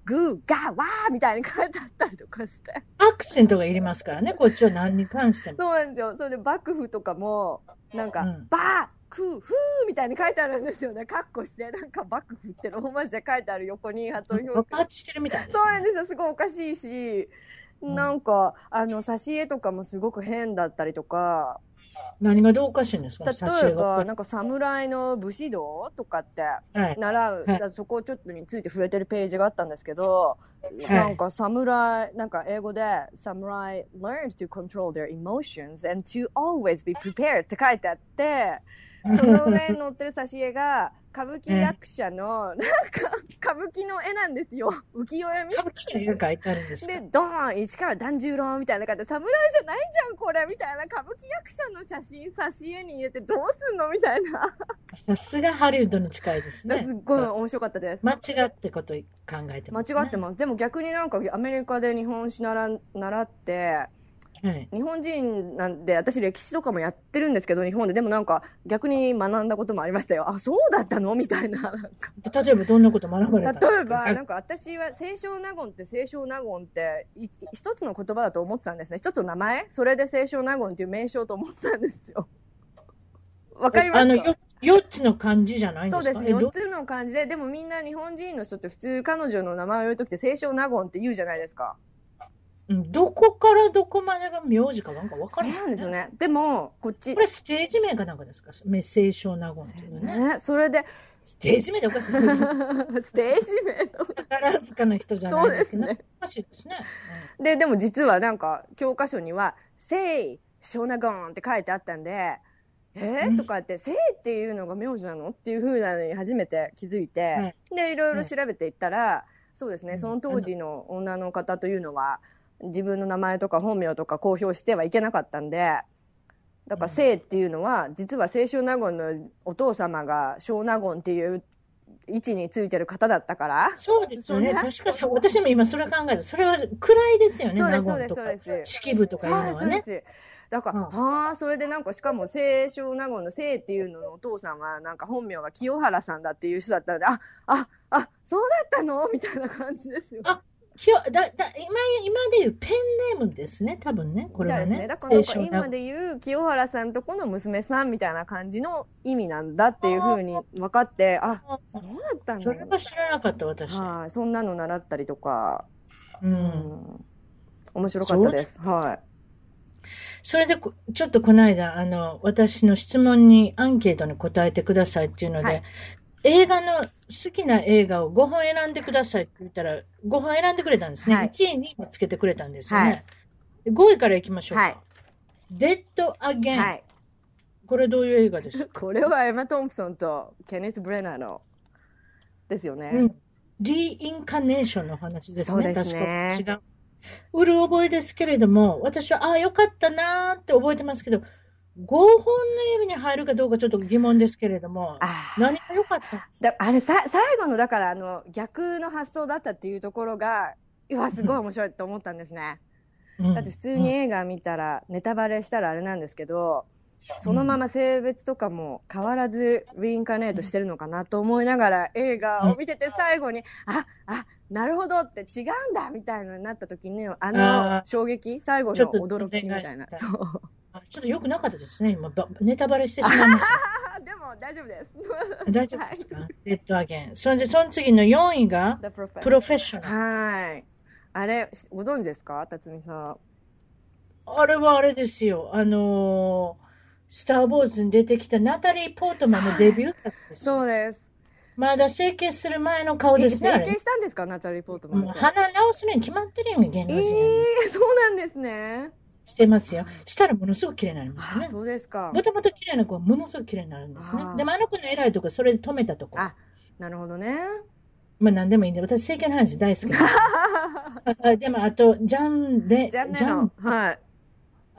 [SPEAKER 2] ぐがわ」みたいに書いてあったりとかして
[SPEAKER 1] アクセントがいりますからね、こっちは何に関しても。
[SPEAKER 2] そうなんですよそれで幕府とかもなんか「
[SPEAKER 1] うん
[SPEAKER 2] ばくふ」みたいに書いてあるんですよねカッコしてなんか幕府ってローマ字で書いてある横に発音表記
[SPEAKER 1] 爆発してるみたいです
[SPEAKER 2] そうなんですよ。すごいおかしいし、
[SPEAKER 1] うん
[SPEAKER 2] なんか、あの、挿絵とかもすごく変だったりとか、
[SPEAKER 1] 何がどうおかしいんですか
[SPEAKER 2] 例
[SPEAKER 1] 挿
[SPEAKER 2] えば、
[SPEAKER 1] が
[SPEAKER 2] なんか侍の武士道とかって
[SPEAKER 1] はい。
[SPEAKER 2] 習う、
[SPEAKER 1] はい
[SPEAKER 2] だそこをちょっとについて触れてるページがあったんですけど、
[SPEAKER 1] い
[SPEAKER 2] なんか侍、なんか英語で、侍 learned to control their emotions and to always be prepared って書いてあって、その上に載ってる挿絵が、歌舞伎役者の、なんか、歌舞伎の絵なんで すよ。浮世絵み
[SPEAKER 1] 歌舞伎の絵が描いてあるんですか
[SPEAKER 2] で、ドーン、市川團十郎みたいな感じで、侍じゃないじゃん、これみたいな、歌舞伎役者の写真、挿絵に入れてどうすんのみたいな、
[SPEAKER 1] さすがハリウッドに近いですね。
[SPEAKER 2] すっごい面白かったです。
[SPEAKER 1] 間違ってこと考えて
[SPEAKER 2] 間違
[SPEAKER 1] ます、ね。
[SPEAKER 2] ってます。でも逆になんかアメリカで日本史なら習って、
[SPEAKER 1] はい。
[SPEAKER 2] 日本人なんで、私歴史とかもやってるんですけど、日本で、でもなんか逆に学んだこともありましたよ。あ、そうだったのみたいな。なんか
[SPEAKER 1] で例えばどんなこと学ばれ
[SPEAKER 2] 例
[SPEAKER 1] たんですか
[SPEAKER 2] えば、なんか私は、清少納言って清少納言って、い一つの言葉だと思ってたんですね。一つの名前それで清少納言っていう名称と思ってたんです よ。わかりま
[SPEAKER 1] あの、
[SPEAKER 2] す
[SPEAKER 1] よ
[SPEAKER 2] か
[SPEAKER 1] 四つの漢字じゃないんです
[SPEAKER 2] そ
[SPEAKER 1] か
[SPEAKER 2] うで
[SPEAKER 1] え
[SPEAKER 2] す。
[SPEAKER 1] ど
[SPEAKER 2] 4つの漢字で、でもみんな日本人の人って普通彼女の名前を言うときって清少納言って言うじゃないですか。
[SPEAKER 1] うんどこからどこまでが名字かなんか分か
[SPEAKER 2] そう
[SPEAKER 1] らない、
[SPEAKER 2] なんですよ。ね。でも、こっち
[SPEAKER 1] こ、れステージ名かなんかですかメッセージ名言っていうのね。
[SPEAKER 2] ね、そ れで、
[SPEAKER 1] ステージ名でお かしい。
[SPEAKER 2] ステージ名と
[SPEAKER 1] 宝塚の人じゃないんですけど、
[SPEAKER 2] そうです
[SPEAKER 1] おかしいですね。
[SPEAKER 2] で、でも実はなんか、教科書には、聖、ショナゴンって書いてあったんで、え
[SPEAKER 1] うん
[SPEAKER 2] ー、とかって、聖っていうのが名字なのっていうふうなのに初めて気づいて、
[SPEAKER 1] はい
[SPEAKER 2] で、いろい
[SPEAKER 1] は
[SPEAKER 2] ろ
[SPEAKER 1] い
[SPEAKER 2] 調べていったら、そうです
[SPEAKER 1] う
[SPEAKER 2] ね、
[SPEAKER 1] ん
[SPEAKER 2] その当時の女の方というのは、自分の名前とか本名とか公表してはいけなかったんで、
[SPEAKER 1] う
[SPEAKER 2] だか
[SPEAKER 1] ん
[SPEAKER 2] ら聖っていうのは、実は清少納言のお父様が小納言っていう位置についてる方だったから
[SPEAKER 1] うん、、そうですよね。
[SPEAKER 2] そう
[SPEAKER 1] 確
[SPEAKER 2] ね
[SPEAKER 1] かそう、私も今それ考えた。それは位ですよね、
[SPEAKER 2] そうで
[SPEAKER 1] 名
[SPEAKER 2] す、そう
[SPEAKER 1] 言
[SPEAKER 2] です、
[SPEAKER 1] と
[SPEAKER 2] そう
[SPEAKER 1] か
[SPEAKER 2] で。す。
[SPEAKER 1] 式部とかいう
[SPEAKER 2] そうで
[SPEAKER 1] のは
[SPEAKER 2] すそうで
[SPEAKER 1] ね。
[SPEAKER 2] す。だから、
[SPEAKER 1] う
[SPEAKER 2] ああ、それでなんか、しかも、清少納言の清っていうののお父さんは、なんか本名が清原さんだっていう人だったので、あ、あ、あ、そうだったのみたいな感じですよ。
[SPEAKER 1] あきよだだ今今でいうペンネームですね、多分 ね、これは
[SPEAKER 2] みたいですね。
[SPEAKER 1] ね
[SPEAKER 2] だ。から、なん
[SPEAKER 1] 聖
[SPEAKER 2] か
[SPEAKER 1] 書の
[SPEAKER 2] 今で言う清原さんとこの娘さんみたいな感じの意味なんだっていうふうに分かって、あ、そうだった
[SPEAKER 1] それ
[SPEAKER 2] の
[SPEAKER 1] は知らなかった、私。
[SPEAKER 2] はい、そんなの習ったりとか、
[SPEAKER 1] う。
[SPEAKER 2] うんん、面白かったです。はい。
[SPEAKER 1] それでこ、ちょっとこの間、あの、私の質問にアンケートに答えてくださいっていうので、
[SPEAKER 2] はい
[SPEAKER 1] 映画の、好きな映画を5本選んでくださいって言ったら、5本選んでくれたんですね。
[SPEAKER 2] は
[SPEAKER 1] 1
[SPEAKER 2] い
[SPEAKER 1] 位、2位もつけてくれたんですよ
[SPEAKER 2] は
[SPEAKER 1] ね。5位からいきましょうか。
[SPEAKER 2] はい。
[SPEAKER 1] デッド・アゲン、
[SPEAKER 2] はい。
[SPEAKER 1] これどういう映画ですか
[SPEAKER 2] これはエマ・トンプソンとケネット・ブレナーのですよね。
[SPEAKER 1] うん。リインカネーションの話ですね。
[SPEAKER 2] そうですね
[SPEAKER 1] 確か違う。うる覚えですけれども、私は、ああ、よかったなーって覚えてますけど、5本の指に入るかどうかちょっと疑問ですけれども、
[SPEAKER 2] あー
[SPEAKER 1] 何が良かったんですか
[SPEAKER 2] だあれさ、最後のだからあの逆の発想だったっていうところが、うわ、すごい面白いと思ったんですね。だって普通に、映画見たら、ネタバレしたらあれなんですけど、そのまま性別とかも変わらずリインカネートしてるのかなと思いながら映画を見てて最後に、あ、あ、なるほどって違うんだみたいなのになった時に、あ
[SPEAKER 1] あ
[SPEAKER 2] の
[SPEAKER 1] ー
[SPEAKER 2] 衝撃、最後
[SPEAKER 1] ちょ
[SPEAKER 2] の
[SPEAKER 1] っと
[SPEAKER 2] 驚きみたい
[SPEAKER 1] お
[SPEAKER 2] な
[SPEAKER 1] 願。いし
[SPEAKER 2] そう
[SPEAKER 1] あちょっと良くなかったですね。今、ばネタバレしてしまいまし
[SPEAKER 2] あ、でも大丈 夫です。
[SPEAKER 1] た。大丈夫ですかデッドアゲン。そんで、その次の4位が、
[SPEAKER 2] The Prophet
[SPEAKER 1] プロフェッショナル。
[SPEAKER 2] はい。あれ、しご存知ですか辰巳さん。
[SPEAKER 1] あれはあれですよ。あのースター・ウォーズに出てきたナタリー・ポートマンのデビュー作です。
[SPEAKER 2] そうです。
[SPEAKER 1] まだ整形する前の顔
[SPEAKER 2] え
[SPEAKER 1] ですね、あ
[SPEAKER 2] 整
[SPEAKER 1] れ
[SPEAKER 2] 形。したんですかナタリー・ポートマ
[SPEAKER 1] もう
[SPEAKER 2] ンさん。
[SPEAKER 1] 鼻直すのに決まってるよね、芸
[SPEAKER 2] え
[SPEAKER 1] 能
[SPEAKER 2] ー、
[SPEAKER 1] 人。
[SPEAKER 2] そうなんですね。
[SPEAKER 1] してますよ。したらものすごく綺麗になりました
[SPEAKER 2] あ
[SPEAKER 1] ね。
[SPEAKER 2] そうですか
[SPEAKER 1] も。ともと綺麗な子はものすごく綺麗になるんですね
[SPEAKER 2] あ。ー
[SPEAKER 1] でもあの子の偉いとこ、それで止めたとこ。
[SPEAKER 2] あなるほどね。
[SPEAKER 1] まあ何でもいいんで、私整形の話大好きなんで あ。でもあと、ジャン・レ、
[SPEAKER 2] ジャンレノン。はい。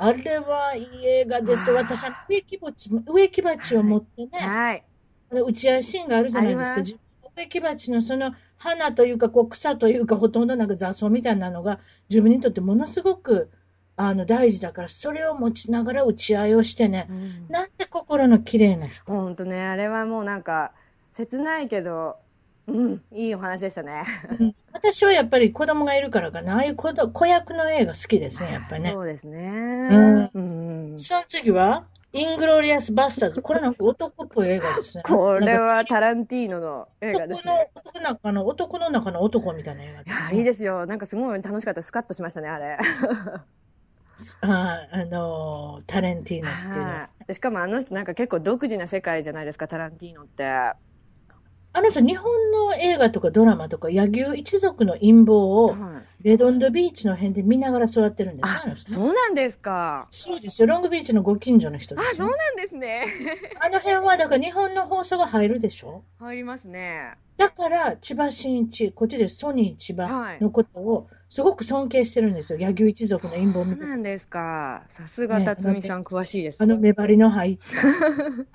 [SPEAKER 1] あれはいい映画です。
[SPEAKER 2] あー
[SPEAKER 1] 私は植木鉢、植木鉢を持ってね、
[SPEAKER 2] はい。
[SPEAKER 1] あの打ち合いシーンがあるじゃないです
[SPEAKER 2] あ
[SPEAKER 1] か。
[SPEAKER 2] ります
[SPEAKER 1] 自分の植木鉢のその花というか、こう草というか、ほとんどなんか雑草みたいなのが自分にとってものすごくあの大事だから、それを持ちながら打ち合いをしてね、なんて心の綺麗な 人。
[SPEAKER 2] ほんとね、あれはもうなんか、切ないけど、うん、いいお話でしたね。
[SPEAKER 1] 私はやっぱり子供がいるからかな、ああいう子ど子役の映画好きですね、やっぱりね
[SPEAKER 2] そ。うですね。
[SPEAKER 1] うん
[SPEAKER 2] うん。。
[SPEAKER 1] その次は、イングロリアス・バスターズ。これなんか男っぽい映画ですね
[SPEAKER 2] これ
[SPEAKER 1] なんか
[SPEAKER 2] はタランティーノの映画です
[SPEAKER 1] 男の
[SPEAKER 2] ね。
[SPEAKER 1] 男の中の男の中の男みたいな映画
[SPEAKER 2] い
[SPEAKER 1] で
[SPEAKER 2] や
[SPEAKER 1] す、
[SPEAKER 2] ーいい
[SPEAKER 1] ね。
[SPEAKER 2] ですよ。なんかすごい楽しかった。スカッとしましたね、あれ。
[SPEAKER 1] あーあのータレンティーノっていうのは
[SPEAKER 2] はいでしかもあの人なんか結構独自な世界じゃないですか、タランティーノって。
[SPEAKER 1] あの人、日本の映画とかドラマとか、柳生一族の陰謀を、
[SPEAKER 2] はい
[SPEAKER 1] レドンドビーチの辺で見ながら育ってるんですね
[SPEAKER 2] あ
[SPEAKER 1] あの、人ね
[SPEAKER 2] そうなんですか。
[SPEAKER 1] そうですよ。ロングビーチのご近所の人で
[SPEAKER 2] あ、
[SPEAKER 1] す
[SPEAKER 2] そう
[SPEAKER 1] よ。
[SPEAKER 2] なんですね。
[SPEAKER 1] あの辺は、だから日本の放送が入るでしょ
[SPEAKER 2] 入りますね。
[SPEAKER 1] だから、千葉真一、こっちでソニー千葉のことを、すごく尊敬してるんですよ。柳生一族の陰謀
[SPEAKER 2] そう
[SPEAKER 1] みたいな。
[SPEAKER 2] なんですか。さすが
[SPEAKER 1] ね
[SPEAKER 2] 辰巳さん詳しいです。
[SPEAKER 1] あの目張りの 入った。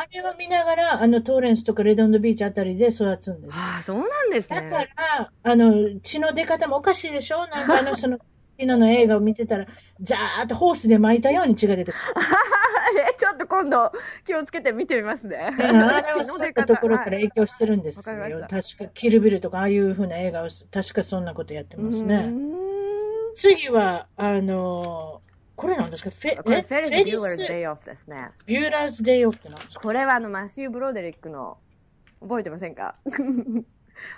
[SPEAKER 1] あれを見ながら、あのトーレンスとかレドンドビーチあたりで育つんですよ。
[SPEAKER 2] ああ、そうなんです
[SPEAKER 1] だか
[SPEAKER 2] ね。
[SPEAKER 1] ら、あの、血の出方もおかしいでしょなんかあの、その、ティノの映画を見てたら、ザーッとホースで巻いたように血が出てくる。
[SPEAKER 2] え、ちょっと今度気をつけて見てみますね。
[SPEAKER 1] あ れはそういったところから
[SPEAKER 2] はい
[SPEAKER 1] 影響してるんですよ
[SPEAKER 2] わかり。ま
[SPEAKER 1] 確か、キルビルとか、ああいう風な映画を、確かそんなことやってます
[SPEAKER 2] うー
[SPEAKER 1] ね。
[SPEAKER 2] ん
[SPEAKER 1] 次は、あの、これなんですかフェ
[SPEAKER 2] これ
[SPEAKER 1] え
[SPEAKER 2] フェリ
[SPEAKER 1] フェ
[SPEAKER 2] ス・ビューラーズ・デ
[SPEAKER 1] ス・
[SPEAKER 2] イ・オフですね。
[SPEAKER 1] ビューラーズ・デイ・オフってなんですか
[SPEAKER 2] これはあのマシュー・ブロデリックの覚えてませんか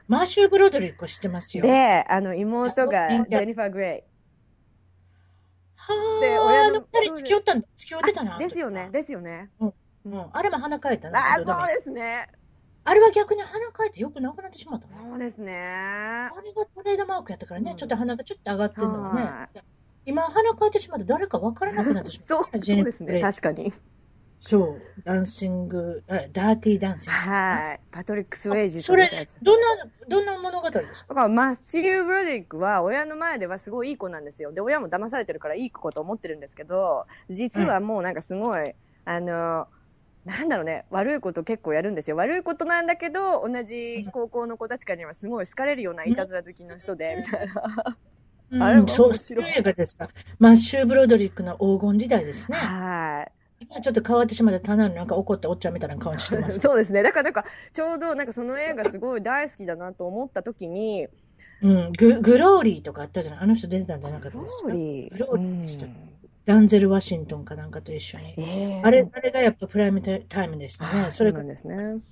[SPEAKER 1] マーシュー・ブロドリックは知ってますよ。
[SPEAKER 2] で、あの妹が
[SPEAKER 1] あそう
[SPEAKER 2] ジェニファー・グレ
[SPEAKER 1] は
[SPEAKER 2] で
[SPEAKER 1] で、
[SPEAKER 2] 親
[SPEAKER 1] 親
[SPEAKER 2] の
[SPEAKER 1] の二人付き合ったん、付き合ってたな。
[SPEAKER 2] イ。ですよね、ですよね。
[SPEAKER 1] うん。あれも鼻かえたな。
[SPEAKER 2] ああ、そ
[SPEAKER 1] どだめ
[SPEAKER 2] うですね。
[SPEAKER 1] あれは逆に鼻かえてよくなくなってしまったな。
[SPEAKER 2] そうですね。
[SPEAKER 1] あれがトレードマークやったからね、
[SPEAKER 2] うん
[SPEAKER 1] ちょっと鼻がちょっと上がってるの
[SPEAKER 2] は
[SPEAKER 1] がね。今、鼻変えてしまって誰か分からなくなってしまった。
[SPEAKER 2] そう、そう
[SPEAKER 1] ジェニファー
[SPEAKER 2] ですね。確かに。
[SPEAKER 1] そう、ダンシング、あダーティーダンシングですね。
[SPEAKER 2] はい。パトリック・スウェイジ
[SPEAKER 1] そ
[SPEAKER 2] と
[SPEAKER 1] れ
[SPEAKER 2] たやつ、
[SPEAKER 1] どんな、どんな物語ですか
[SPEAKER 2] だからマシュー・ブロデリックは親の前ではすごいいい子なんですよ。で、親も騙されてるからいい子と思ってるんですけど、実はもうなんかすごい、あの、なんだろうね、悪いこと結構やるんですよ。悪いことなんだけど、同じ高校の子たちからにはすごい好かれるようないたずら好きの人で、みたいな。
[SPEAKER 1] うん
[SPEAKER 2] あれ面
[SPEAKER 1] そ
[SPEAKER 2] 白
[SPEAKER 1] う、
[SPEAKER 2] い
[SPEAKER 1] そういう映画ですか。マッシュー・ブロドリックの黄金時代ですね。
[SPEAKER 2] はい。
[SPEAKER 1] 今ちょっと変わってしまって、ただのなんか怒ったおっちゃんみたいな顔して ますけど。
[SPEAKER 2] そうですね。だから、なんか、ちょうど、なんかその映画すごい大好きだなと思った時に、
[SPEAKER 1] うん、ググローリーとかあったじゃないあの人出てたんじゃなかったですか
[SPEAKER 2] リ
[SPEAKER 1] グローリーでしたダンゼル・ワシントンかなんかと一緒に。あれ、あれがやっぱプライムタイムでしたね。そ
[SPEAKER 2] そ
[SPEAKER 1] れ
[SPEAKER 2] れ
[SPEAKER 1] か
[SPEAKER 2] なんですね。
[SPEAKER 1] うん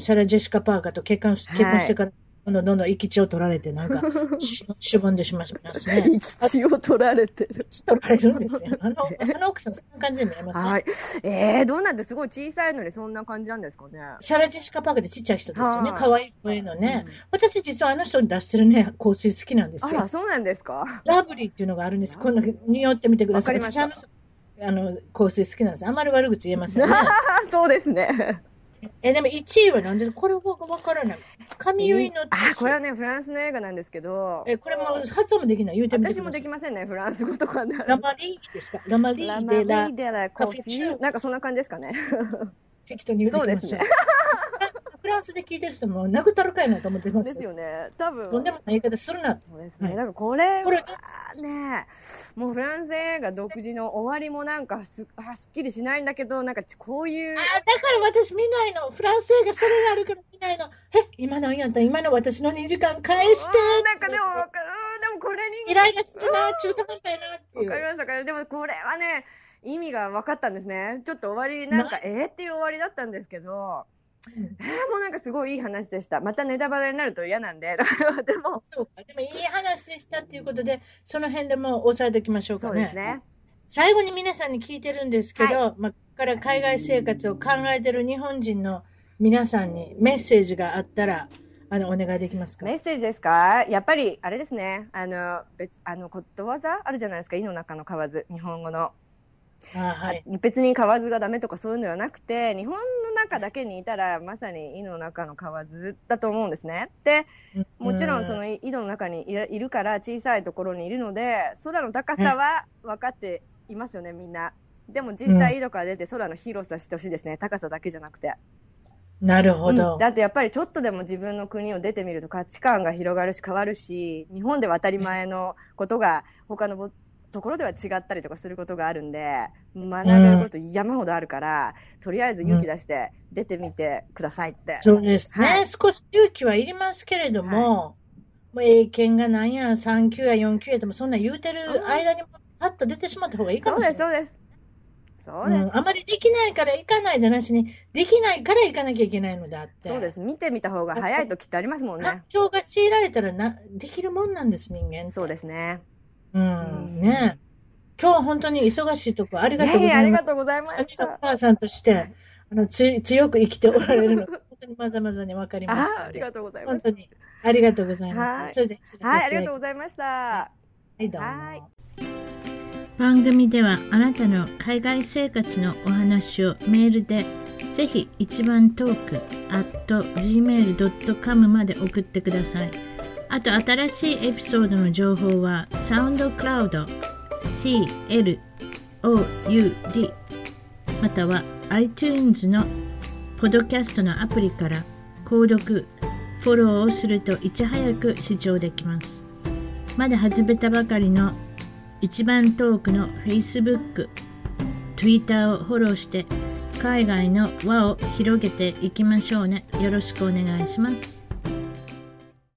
[SPEAKER 1] サラ・ジェシカ・パーカーと結婚し
[SPEAKER 2] はい
[SPEAKER 1] 結婚してから、どんどんどんどん生き血を取られて、なん か、ししぼんでしまいますね。
[SPEAKER 2] 生き血を取られてる。
[SPEAKER 1] 血取られるんですよ。あの、あの奥さん、そんな感じに見えません、
[SPEAKER 2] はい。えー、どうなんてすごい小さいのにそんな感じなんですかね。
[SPEAKER 1] サラ・ジェシカ・パーカーってちっちゃい人ですよね。
[SPEAKER 2] はい
[SPEAKER 1] 可愛い声のね。
[SPEAKER 2] うん
[SPEAKER 1] 私、実はあの人に出してるね、香水好きなんです
[SPEAKER 2] あ
[SPEAKER 1] よ
[SPEAKER 2] ら、。そうなんですか
[SPEAKER 1] ラブリーっていうのがあるんです。こんな、匂ってみてください。
[SPEAKER 2] わかりました
[SPEAKER 1] 私あの人あの、香水好きなんです。あんまり悪口言えません ね。
[SPEAKER 2] あそうですね。
[SPEAKER 1] え、でも1位は何ですかこれはわからない。髪結いの
[SPEAKER 2] あ、これはね、フランスの映画なんですけど、
[SPEAKER 1] え、これも発音もできない。言うてみてくだ
[SPEAKER 2] 私
[SPEAKER 1] さい
[SPEAKER 2] もできませんね、フランス語とかなら
[SPEAKER 1] ラ。マリーですかラマリ
[SPEAKER 2] ラ
[SPEAKER 1] ー
[SPEAKER 2] マリ
[SPEAKER 1] でラ
[SPEAKER 2] ー、デラコ
[SPEAKER 1] カ
[SPEAKER 2] フ
[SPEAKER 1] フェチュ
[SPEAKER 2] ィー。なんかそんな感じですかね。
[SPEAKER 1] 適当に言うてきました。 フランスで聞いてる人も殴ったるかいなと思ってま。
[SPEAKER 2] ですすよね。多分。
[SPEAKER 1] とんでもない言い方するな。
[SPEAKER 2] そうですね。
[SPEAKER 1] はい
[SPEAKER 2] なんかこれ、
[SPEAKER 1] これ
[SPEAKER 2] はね、もうフランス映画独自の終わりもなんかすあすっきりしないんだけど、なんかこういう
[SPEAKER 1] あ、だから私見ないの。フランス映画それがあるから見ないの。え、今のやった今の私の2時間返して。
[SPEAKER 2] うんなんかでも、わかうんでもこれに、
[SPEAKER 1] イライラするな、中途半端やなってい
[SPEAKER 2] わかり
[SPEAKER 1] う。
[SPEAKER 2] ましたから、でもこれはね、意味が分かったんですね。ちょっと終わり、なんか、えーっていう終わりだったんですけど、
[SPEAKER 1] うん
[SPEAKER 2] えーもうなんかすごいいい話でした。またネタバレになると嫌なんで、 でも、
[SPEAKER 1] そうか。でもいい話でしたっていうことで、その辺でもう押さえておきましょう
[SPEAKER 2] そ
[SPEAKER 1] か
[SPEAKER 2] う
[SPEAKER 1] ね。
[SPEAKER 2] ですね。
[SPEAKER 1] 最後に皆さんに聞いてるんですけど、
[SPEAKER 2] は
[SPEAKER 1] まあ、ここから海外生活を考えてる日本人の皆さんにメッセージがあったら、あの、お願いできますか
[SPEAKER 2] メッセージですかやっぱり、あれですね。あの、別、あの、ことわざあるじゃないですか。井の中の蛙。日本語の。
[SPEAKER 1] あはい。
[SPEAKER 2] 別に蛙がダメとかそういうのではなくて、日本の中だけにいたら、まさに井の中の蛙だと思うんですね。で、もちろんその井戸の中にいらいるから小さいところにいるので、空の高さは分かっていますよね、みんな。でも実際井戸から出て空の広さしてほしいですね。高さだけじゃなくて。
[SPEAKER 1] うんなるほ
[SPEAKER 2] う
[SPEAKER 1] ど
[SPEAKER 2] ん。だってやっぱりちょっとでも自分の国を出てみると価値観が広がるし変わるし、日本では当たり前のことが他のぼところでは違ったりとかすることがあるんで、学べること山ほどあるから、とりあえず勇気出して出てみてくださいって。
[SPEAKER 1] そうですね、
[SPEAKER 2] はい
[SPEAKER 1] 少し勇気はいりますけれども、もう英検が何や、3級や4級やともそんなん言うてる間にもパッと出てしまった方がいいか
[SPEAKER 2] そう
[SPEAKER 1] もしれ
[SPEAKER 2] で
[SPEAKER 1] ない。
[SPEAKER 2] す、そうです。そうです。
[SPEAKER 1] うんあまりできないから行かないじゃなしに、できないから行かなきゃいけないのであって。
[SPEAKER 2] そうです。見てみた方が早い時ってありますもんね
[SPEAKER 1] 環。境が強いられたらな、できるもんなんです、人間。
[SPEAKER 2] そうですね。
[SPEAKER 1] うん、ね今日は本当に忙しいとこあり
[SPEAKER 2] い
[SPEAKER 1] がとう
[SPEAKER 2] や
[SPEAKER 1] ご
[SPEAKER 2] い
[SPEAKER 1] ざいます。
[SPEAKER 2] や、ありがとうございま
[SPEAKER 1] 三
[SPEAKER 2] し
[SPEAKER 1] 人のお
[SPEAKER 2] た。
[SPEAKER 1] 母さんとして、あの、つ強く生きておられるの、 本当にまざまざに分かりま
[SPEAKER 2] あ
[SPEAKER 1] し
[SPEAKER 2] ー
[SPEAKER 1] た
[SPEAKER 2] あ
[SPEAKER 1] の
[SPEAKER 2] り
[SPEAKER 1] で。
[SPEAKER 2] がとうございま
[SPEAKER 1] 本
[SPEAKER 2] す。
[SPEAKER 1] 当に。ありがとうございます。
[SPEAKER 2] はい
[SPEAKER 1] それでは失礼さ
[SPEAKER 2] はい、あ
[SPEAKER 1] せ
[SPEAKER 2] り
[SPEAKER 1] て
[SPEAKER 2] がとうございました。
[SPEAKER 1] はい、どう
[SPEAKER 2] はい
[SPEAKER 1] も。
[SPEAKER 3] 番組ではあなたの海外生活のお話をメールでぜひ一番トーク at gmail.com まで送ってくださいあと新しいエピソードの情報はサウンドクラウド CLOUD または iTunes のポッドキャストのアプリから購読フォローをするといち早く視聴できますまだ始めたばかりの一番トークの Facebook、Twitter をフォローして海外の輪を広げていきましょうね。よろしくお願いします。